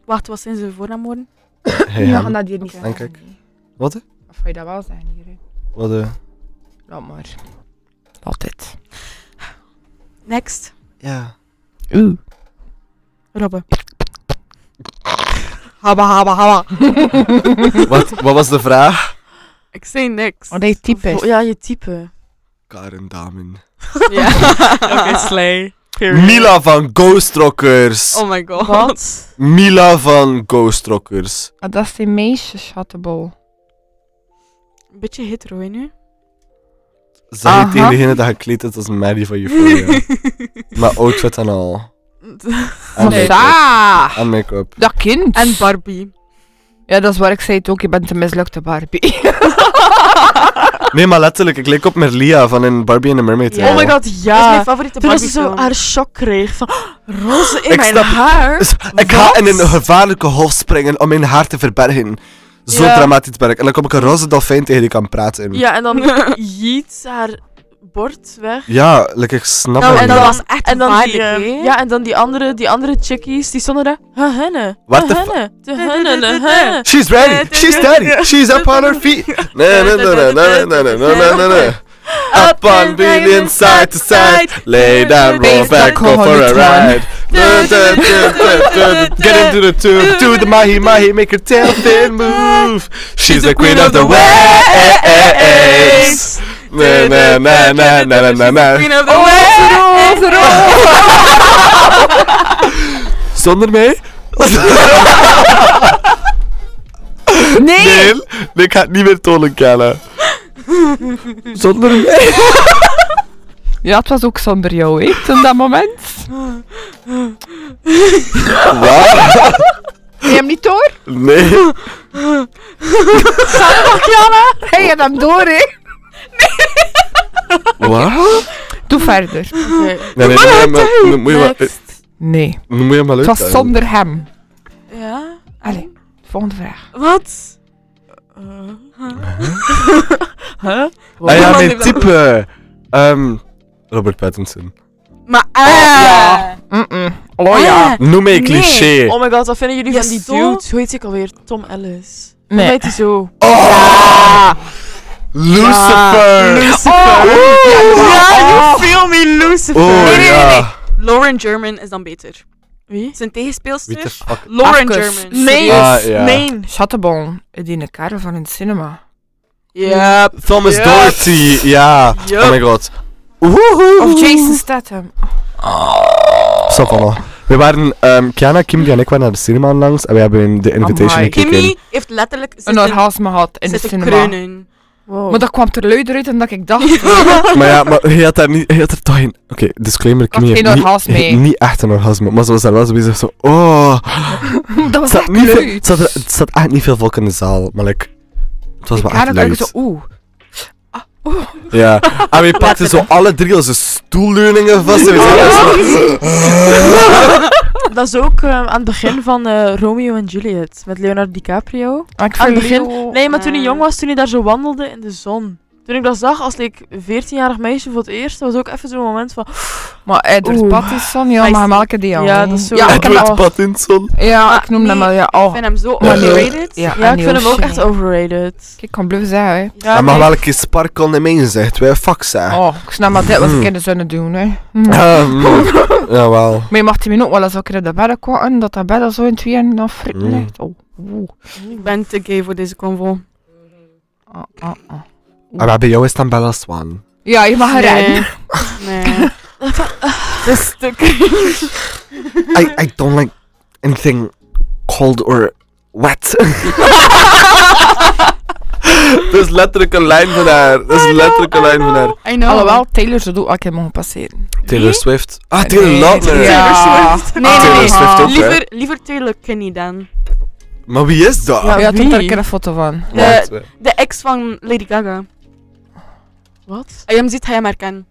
Wacht, wat zijn zijn voornaam worden?
Hey,
Ja,
hem.
gaan dat hier niet
Denk ik.
nee.
Wat hè?
Of wil je dat wel zeggen hier? hè?
Wat eh? hè?
Laat maar. Altijd.
Next.
Ja.
Oeh.
Robbe.
Haba, haba, haba.
Wat, wat was de vraag?
Ik zei niks.
Oh,
Wat hij Oh, type
Vo-
is.
Ja, je type.
Karen Damen.
Ja. Oké, slay. Period.
Mila van Ghost Rockers.
Oh my god.
Wat?
Mila van Ghost Rockers.
Ah, dat is die meisjeschattebol.
Beetje hetero, hè, nu?
Zeg je
Aha.
tegen degene dat gekleed is als Mary van Euphoria. Met outfit en al.
Ah,
En
Nee.
make-up. En make-up.
Ah, Dat kind.
en Barbie.
ja, dat is waar ik zei het ook. Je bent een mislukte Barbie.
Nee, maar letterlijk, ik leek op Merlia van in Barbie and the Mermaid.
Ja.
Oh my
Tale.
god,
Dat is
ja.
mijn favoriete
Toen
Barbie
ze zo
film.
haar shock kreeg van "Oh, roze in
Ik
mijn
snap-
haar.
Dus ik ga
Wat?
in een gevaarlijke hof springen om mijn haar te verbergen. Zo
Ja.
dramatisch ben ik. En dan kom ik een roze dolfijn tegen die kan praten. in.
Ja, en dan jeet ze haar bord weg.
Ja, like, ik snap
Nou,
Oh,
het
en
niet.
dan-
dat was echt
En dan die,
gevaarlijk,
eh,
hè?
ja, en dan die andere, die andere chickies, die stonden daar. Ha, henne.
What
ha,
the fu-
henne. De henne, de henne.
She's ready, she's steady, she's up on her feet. Nee, nee, nee, nee, nee, nee, nee, nee, nee, nee, nee. Up on billion, side to side. Lay down, roll back, go for a ride. Du- du- du- du- du- du- Get into the tube, do the mahi mahi, make her tail fin move. She's the queen of the waves. Na na na na na na na na.
Queen of
Oh,
the West.
Zonder mij? Nee, ik ga het niet meer tonen, Kala. Zonder mij?
Ja, het was ook zonder jou, hè, toen dat moment.
Wat?
Heb je hem niet door?
Nee.
Heb je hem door, hè?
Wat?
Doe verder.
Oké.
Nee, nee, nee, nee, moet je maar-
Next.
Nee.
Nu moet je hem wel
Het
uit.
was zonder hem.
Oh, Ja?
Allee, volgende vraag.
Wat?
Eh,
Ah ja,
Niemand
mijn
heeft
type. Ehm, Robert Pattinson.
Maar eh.
Ja. Mm-mm. Oh
Ah,
ja.
Noem mij cliché.
Oh my god, wat vinden jullie
Ja,
van die
zo?
dude? Hoe heet ik alweer? Tom Ellis.
Nee.
Hoe heet hij zo?
Oh! Lucifer!
Oh,
Ja, you feel me, Lucifer.
Oh
Nee, nee, nee, nee.
ja.
Lauren German is dan beter.
Wie?
Zijn
Wie de
tegenspeelster?
fuck?
Lauren
Akkes.
German.
Nee.
Ah, ja.
Meen.
Schattebon, die een kerel van het cinema.
Ja.
Thomas
Ja.
Doherty, ja.
Ja.
Oh my god.
Of Jason Statham.
Stop allemaal. We waren, ehm Kiana, Kimberly en ik waren naar de cinema langs en we hebben de invitation
Amai.
gekeken.
Kimmy heeft letterlijk
Een
zitten,
orgasme had in de
zitten
cinema.
kreunen.
Wow.
Maar dat kwam er luider uit dan dat ik dacht.
Maar ja, maar hij had daar niet, hij had er toch een... Oké, disclaimer, Kimmy
geen
heeft niet,
orgasme.
heeft niet echt een orgasme, maar ze was daar wel zo bezig zo... Oh,
dat was
Het zat,
echt
niet veel,
leuk.
het, zat er, het zat echt niet veel volk in de zaal, maar like, het was wel
Ja,
echt
dan dacht ik
leuk.
zo, oeh.
Ja. En we pakten zo alle drie onze stoelleuningen vast. En we zaten zo-
Dat is ook ehm, aan het begin van eh, Romeo en Juliet met Leonardo DiCaprio.
Maar ik
Aan het
vind
begin-
Leo-
Nee, maar toen hij
eh.
jong was, toen hij daar zo wandelde in de zon. Toen ik dat zag als ik 14-jarig meisje voor het eerst, dat was ook even zo'n moment van. oh,
Maar Edward
Oeh.
Pattinson, ja,
Hij
maar
is-
melk die al.
Ja, dat is zo-
Ja, ik,
Edward
oh.
Pattinson.
ja, ik noem
Ah,
hem
nee.
wel, ja.
Ik
Oh.
vind hem zo
Ja.
overrated.
Ja,
Ja,
en
ik vind hem ook
Yoshi.
echt overrated.
Ik kan bluff zeggen, hè.
Ja,
Hij mag
nee.
wel een keer sparkelen in mij, zegt. Wij fuck zijn.
Oh, ik snap maar dit wat ik in de zonne doen, hè. Hm.
Ehm, jawel.
Maar je mag die minuut wel eens een keer in de bed kwatten, dat dat bed al zo in tweeën afrit
Mm.
ligt. Oh, oeh.
Ik ben te gay voor deze convo.
Ah, ah, ah.
Maar bij jou is het dan Bella Swan.
Ja, je mag
Nee.
rijden.
Nee. Dat is te
I, I don't like anything cold or wet. Dat is letterlijk een lijn van haar. Dat is letterlijk een lijn van haar.
I know.
Alhoewel, Taylor zou ook elke mogen passeren.
Taylor Swift. Ah, Taylor
Nee,
Lautner.
Ja.
Taylor Swift.
Nee,
Nee,
nee,
Taylor
nee.
Swift ook, hè?
Liever, liever Taylor Kinney dan.
Maar wie is dat?
Ja,
Ja,
wie?
toen daar een keer een foto van.
Wacht, we-
De ex van Lady Gaga.
Wat?
En hem ziet hij hem herkennen.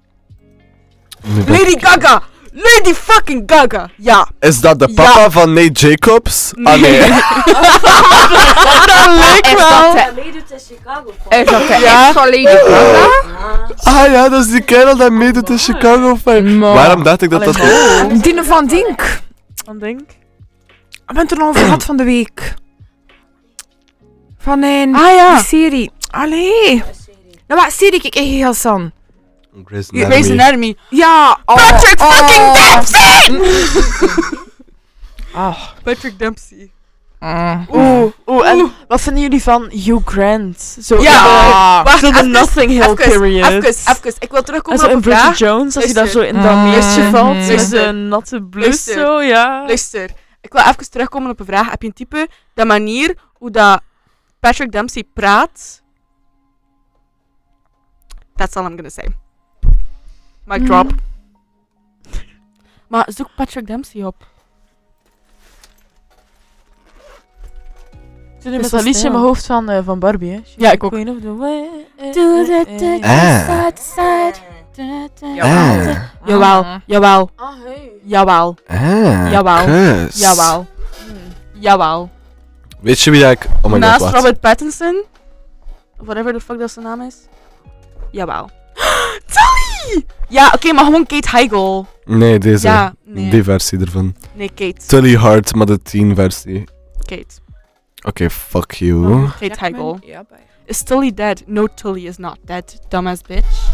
Nu ben-
Lady Gaga! Lady fucking Gaga! Ja.
Is dat de papa van Nate Jacobs? Ah nee.
Ah, Dat
Is
leuk
dat
wel!
de,
Hij meedoet in Chicago.
is dat de
Ja.
ex van Lady Gaga?
Ah ja, dat is die kerel die meedoet in Chicago Fire.
Maar-
Waarom dacht ik dat dat...
Dine van Dink.
Dan denk
Ik ben het er nog over gehad van de week. Van een
Ah
die
ja.
serie. Allee. Nou, wat serie kijk ik heel san.
Grey's
Grey's Anatomy.
Ja. Oh,
Patrick
oh.
fucking Dempsey!
Ah,
Patrick Dempsey.
Mm.
Oeh, oeh. En wat vinden jullie van Hugh Grant? Zo,
Ja.
eh, zo de
even,
Nothing Hill
Even,
period.
even, even. Ik wil terugkomen
En zo
op
in
een vraag.
Bridget Jones, als je daar zo in dat
Luister.
meestje
Mm.
valt. Met
Luister.
een natte blouse
Luister.
zo, ja.
Luister.
Ik wil even terugkomen op een vraag. Heb je een type de manier hoe dat Patrick Dempsey praat? That's all I'm gonna say. Mic drop. Mm. Maar zoek Patrick Dempsey op.
Toen
is
met
wel
dat liedje in
stil.
mijn hoofd van, eh, van Barbie, hè.
Ja, ik ook.
Queen of the Way. eh,
Do
eh,
the
eh.
thing.
Ah.
Eh.
Ah.
Jawel, jawel,
Ah, hey.
jawel,
Ah.
Jawel.
kus.
jawel, Hmm. jawel.
Weet je wie ik... Oh my god,
Naast
wat?
Robert Pattinson, of whatever the fuck dat zijn naam is. Jawel. Tully! Ja, oké, maar gewoon Kate Heigl.
Nee, deze.
Ja, nee.
Die versie ervan.
Nee, Kate.
Tully Hart, maar de 10 versie. Oké,
Kate.
fuck you.
Kate Heigl.
Ja, bij.
Is Tully dead? No, Tully is not dead, dumbass bitch.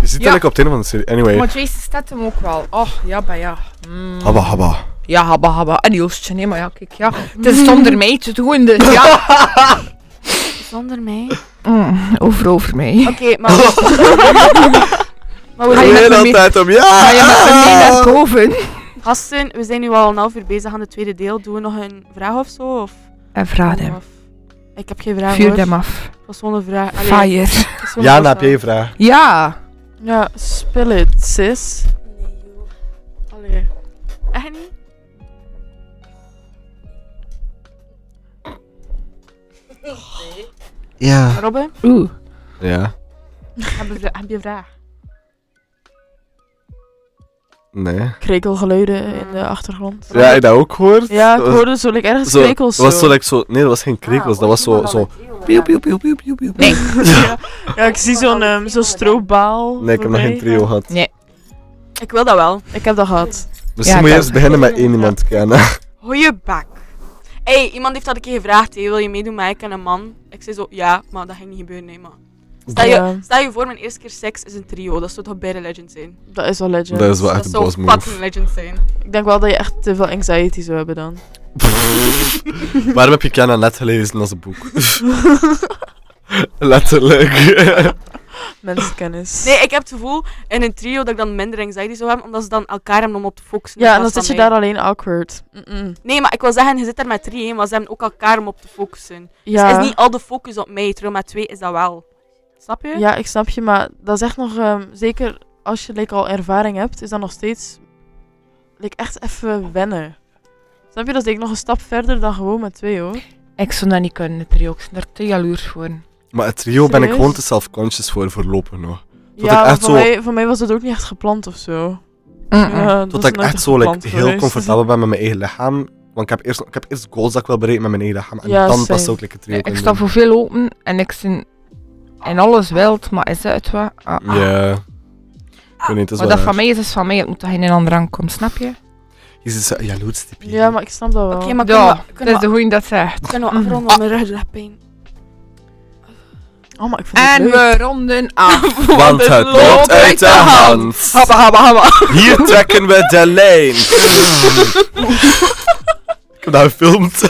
Je ziet
Ja.
dat ik op het einde van de serie... Anyway.
Maar Jason Statham ook wel. Och, ja, bij ja. Mm.
Habba habba.
Ja, habba, habba. En die Oostje, nee, maar ja, kijk, ja. Het is zonder mij te doen, dus ja.
Zonder mij.
Mm, over, over mij.
Oké, maar... maar we
Ga je met
Ik ben
me mee?
altijd op... Ja!
Ga je met me mee naar boven?
Gasten, we zijn nu al een half uur bezig aan het tweede deel. Doen we nog een vraag of zo? Of...
En vraag hem.
Of- Ik heb geen vraag
Vuur
hoor.
hem af.
Dat was gewoon een vraag. Allee,
Fire.
dat is gewoon
Jana,
een
heb jij een vraag?
Ja.
Ja, spill it, sis.
vraag. Allee. Echt niet?
Ja.
Robin,
Oeh.
Ja?
heb je, heb je een vraag?
Nee.
Krekelgeluiden in de achtergrond.
Ja, heb je dat ook gehoord?
Ja, ik
Dat was-
hoorde zo like, ergens
Mm. Zo,
krekels zo.
was zo, like, zo, nee, dat was geen
Ah,
krekels, dat was
oh,
zo, zo
Piep, piep.
ja, ik zie zo'n ehm, zo'n stroopbaal
Nee, ik heb nog geen
voorbij
trio
gaan.
gehad.
Ik wil dat wel.
Ik heb dat gehad.
Misschien
Ja,
moet je
dat-
eerst beginnen met één iemand kennen.
Goeie bak. Hé, hey, iemand heeft dat een keer gevraagd. Hey, wil je meedoen met ik en een man? Ik zei zo, ja, maar dat ging niet gebeuren. Nee, maar. Stel je,
Ja.
stel je voor, mijn eerste keer seks is een trio. Dat zou toch bij de legend zijn?
Dat is wel legend.
Dat is wel
dat
echt een
zou
boss
fucking
move.
legend zijn.
Ik denk wel dat je echt te veel anxiety zou hebben dan.
Waarom heb je Kiana net gelezen als een boek? Letterlijk.
Mensenkennis.
Nee, ik heb het gevoel in een trio dat ik dan minder anxiety zou hebben, omdat ze dan elkaar hebben om op te focussen.
ja,
in
en dan
plaats
zit je
van
daar alleen awkward. Mm-mm.
mij. Nee, maar ik wil zeggen, je zit er met drie, hè, maar ze hebben ook elkaar om op te focussen. Dus
Ja.
is niet al de focus op mij, terwijl met twee is dat wel. Snap je?
ja, ik snap je, maar dat is echt nog... ehm, zeker als je like, al ervaring hebt, is dat nog steeds... Like, echt even wennen. Snap je? Dat is denk ik nog een stap verder dan gewoon met twee, hoor.
Ik zou dat niet kunnen, het trio. Ik ben daar te jaloers voor.
Maar het trio ben ik
Serieus?
gewoon te self-conscious voor voorlopig nog. ik
ja, maar
echt
voor,
zo-
mij, voor mij was dat ook niet echt gepland of zo.
Mm-mm.
Ja, dat
Tot
is
ik
nooit
echt zo like,
gepland
heel
geweest.
comfortabel ben met mijn eigen lichaam. Want ik heb eerst, ik heb eerst goals dat ik wil bereiken met mijn eigen lichaam. En
Ja,
dan pas
same.
zou ik like, het trio
Ik
kunnen
sta voor veel open en ik ben in alles wild, maar is dat het wat? Ah, ah.
doen. Ja. Ik weet niet, het
Wat
is wel
dat van
raar.
mij is, is van mij. Het moet daar geen andere aankomen, snap je?
Je zit zo jaloers, type.
Ja, maar ik snap dat wel.
Oké, maar kunnen
Ja,
we,
dat is
kunnen
de
we,
goeie dat zegt.
Mm.
kunnen we afronden, want mijn rug doet pijn.
Oh, maar ik vind het
En
leuk.
we ronden af.
Want het loopt uit de hand.
Habba, habba, habba.
Hier trekken we de lijn. Ik heb dat gefilmd.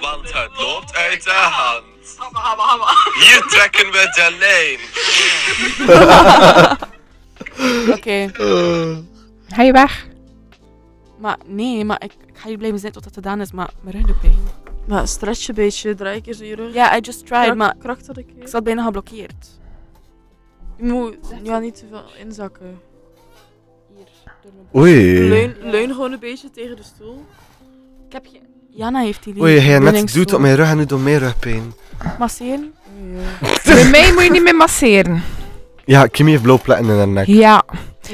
Want het loopt uit de hand. Hier trekken we de lijn.
Oké,
Ga je weg?
maar nee, maar ik, ik ga hier blijven zitten tot het gedaan is, maar mijn rug doet pijn.
Maar stretch een beetje, draai een keer zo je rug.
Ja, I just tried,
Krak-
maar
krak dat een keer.
ik zat bijna geblokkeerd.
Je moet ja, niet te veel inzakken.
Oei.
Leun, leun gewoon een beetje tegen de stoel.
Ik heb geen... Jana heeft die
Oei, hij net
leuningstoel.
doet op mijn rug en nu doet mijn rug pijn.
Masseren?
Bij mij moet je niet meer masseren.
Ja, Kimmy heeft blauw plekken in haar nek.
Ja.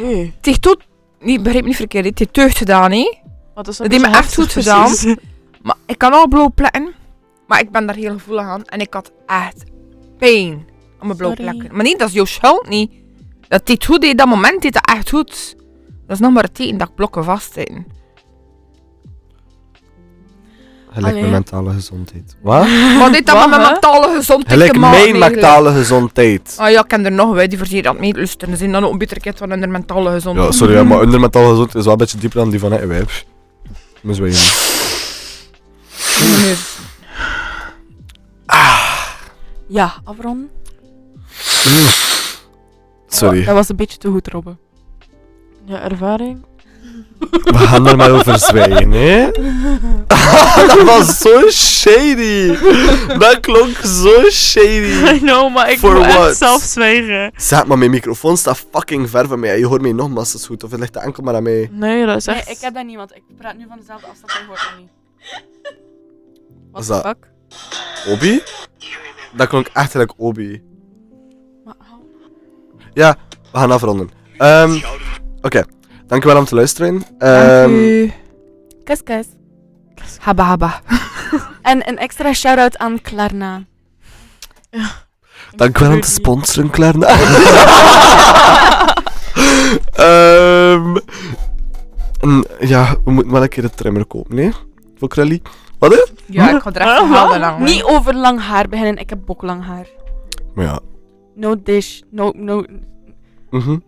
Nee.
Het heeft tot... Nee, begrijp me niet verkeerd. Het heeft deugd gedaan, hè.
Want dat is
Dat heeft me echt goed gedaan. Maar ik kan al blauw plekken. Maar ik ben daar heel gevoelig aan. En ik had echt pijn aan mijn blauwe
Sorry.
plekken. Maar nee, dat is jouw schuld niet. Dat dit goed deed, dat moment deed dat echt goed. Dat is nog maar het teken dat ik blokken vastzitten.
Gelijk
Allee.
mijn mentale gezondheid. Wat?
Maar dit dat
Wat,
met mijn
hè?
mentale gezondheid
Gelijk
te maken
mijn
eigenlijk.
mentale gezondheid.
Ah ja, ik ken er nog wij die voor zeer aan het meelusten. Ze zijn dan ook een beter kind van hun mentale gezondheid.
Ja, sorry, hè, maar onder mentale gezondheid is wel een beetje dieper dan die van het wijf. Moest wij jongen.
Meneer.
Ja, afronden.
Sorry.
Dat was een beetje te goed, Robben.
Ja, ervaring.
We gaan er maar over zwijgen, hè? dat was zo shady. Dat klonk zo shady.
I know, maar ik
For
wil
what?
echt zelf zwijgen.
Zeg maar, mijn microfoon staat fucking ver van mij. Je hoort mij nogmaals zo goed. Of het ligt enkel maar aan mij.
Nee, dat is echt...
ik heb dat niet, want ik praat nu van dezelfde afstand en hoort dat niet. Wat
Is
de
dat-
fuck?
Obi? Dat klonk achterlijk Obi.
Maar, ah.
Ja, we gaan afronden. Ehm, Oké, dankjewel om te luisteren.
Dank
Ehm,
u.
kus, kus.
Habba habba.
En een extra shout-out aan Klarna.
Dankjewel om te sponsoren, Klarna. Ehm, en ja, we moeten wel een keer de trimmer kopen, hè? Voor Krelly. Wat hè?
Ja, ik ga er echt
Huh?
een halen lang.
Niet over lang haar beginnen, ik heb boklang haar.
Maar ja.
No dish, no... no
mhm.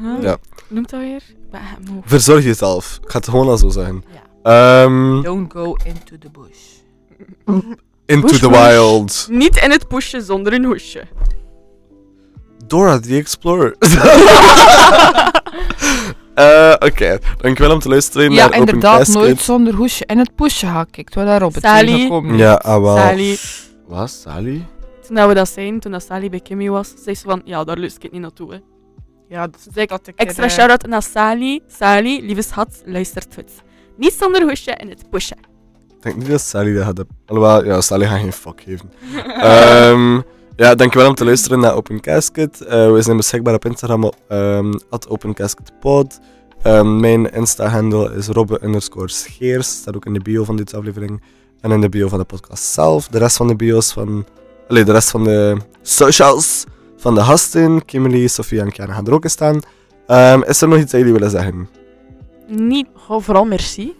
huh?
Ja.
Noemt dat weer? Ik ben echt moe.
Verzorg jezelf. Ik ga het gewoon al zo zeggen.
Ja.
Ehm,
Don't go into the bush.
into
Bush,
the
bush.
wild.
Niet in het poesje zonder een hoesje.
Dora the Explorer. Eh, Oké, dankjewel om te luisteren
Ja,
naar
inderdaad,
Open
nooit
Casket.
zonder hoesje in het poesje gekikt. Wat daarop het
Sally.
tegenkomen.
Ja, ah wel.
Sally.
Wat, Sally?
Toen dat we dat zijn, toen dat Sally bij Kimmy was, zei ze van, ja, daar luister ik niet naartoe. Hè.
Ja, dat
Dus ik,
dat ik
extra
er, eh,
shout-out naar Sally. Sally, lieve schat, luistert goed. Niet zonder hoesje in het poesje.
Ik denk niet dat Sally dat had. Alhoewel, ja, Sally gaat geen fuck geven. Ehm, ja, dankjewel om te luisteren naar Open Casket. Eh, we zijn beschikbaar op Instagram op ehm @opencasketpod. Ehm, mijn Insta-handle is robbe underscore scheers. Staat ook in de bio van deze aflevering. En in de bio van de podcast zelf. De rest van de bio's van... Allee, de rest van de socials van de gasten. Kimberly, Sofia en Kiana gaan er ook in staan. Ehm, is er nog iets dat jullie willen zeggen?
Niet... Goh, eh, vooral merci.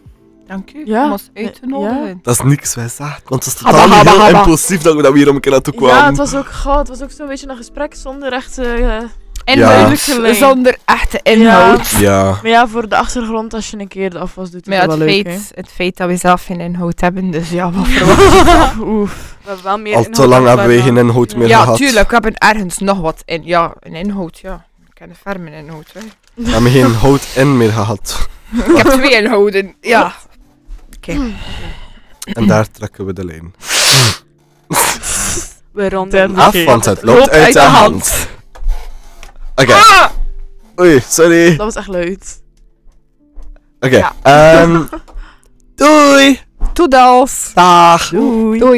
Dank u
Ja.
om ons uit te
Eh, ja.
nodigen.
Dat is niks wij zaagt, want het is
Habba,
totaal niet
habba,
heel
habba.
impulsief dat we dat we hier om elkaar naartoe kwamen.
Ja, het was ook... Goh, het was ook zo'n beetje een gesprek zonder echt... eh, eh,
En
Ja.
duidelijk Zonder echte inhoud.
Ja.
Maar ja, voor de achtergrond, als je een keer de afwas doet, is
Maar ja,
dat
het,
wel leuk, hè?
feit, het feit dat we zelf geen inhoud hebben, dus ja, wat voor
Oef.
We hebben wel meer
Al te
inhoud
lang
dan
hebben wij geen
Klarna.
inhoud meer
Ja,
gehad.
tuurlijk, we hebben ergens nog wat in. Ja, een inhoud, ja. Ik ken de ferme inhoud, hè.
We hebben geen hout in meer gehad.
Ik heb twee inhouden, ja.
En daar trekken we de lijn.
We ronden
Derde.
af.
Af,
Oké.
want het loopt uit de hand. Ah! Oké. Oei, sorry.
Dat was echt leuk.
Oké. ehm, doei.
Toedels.
Dag.
Doei.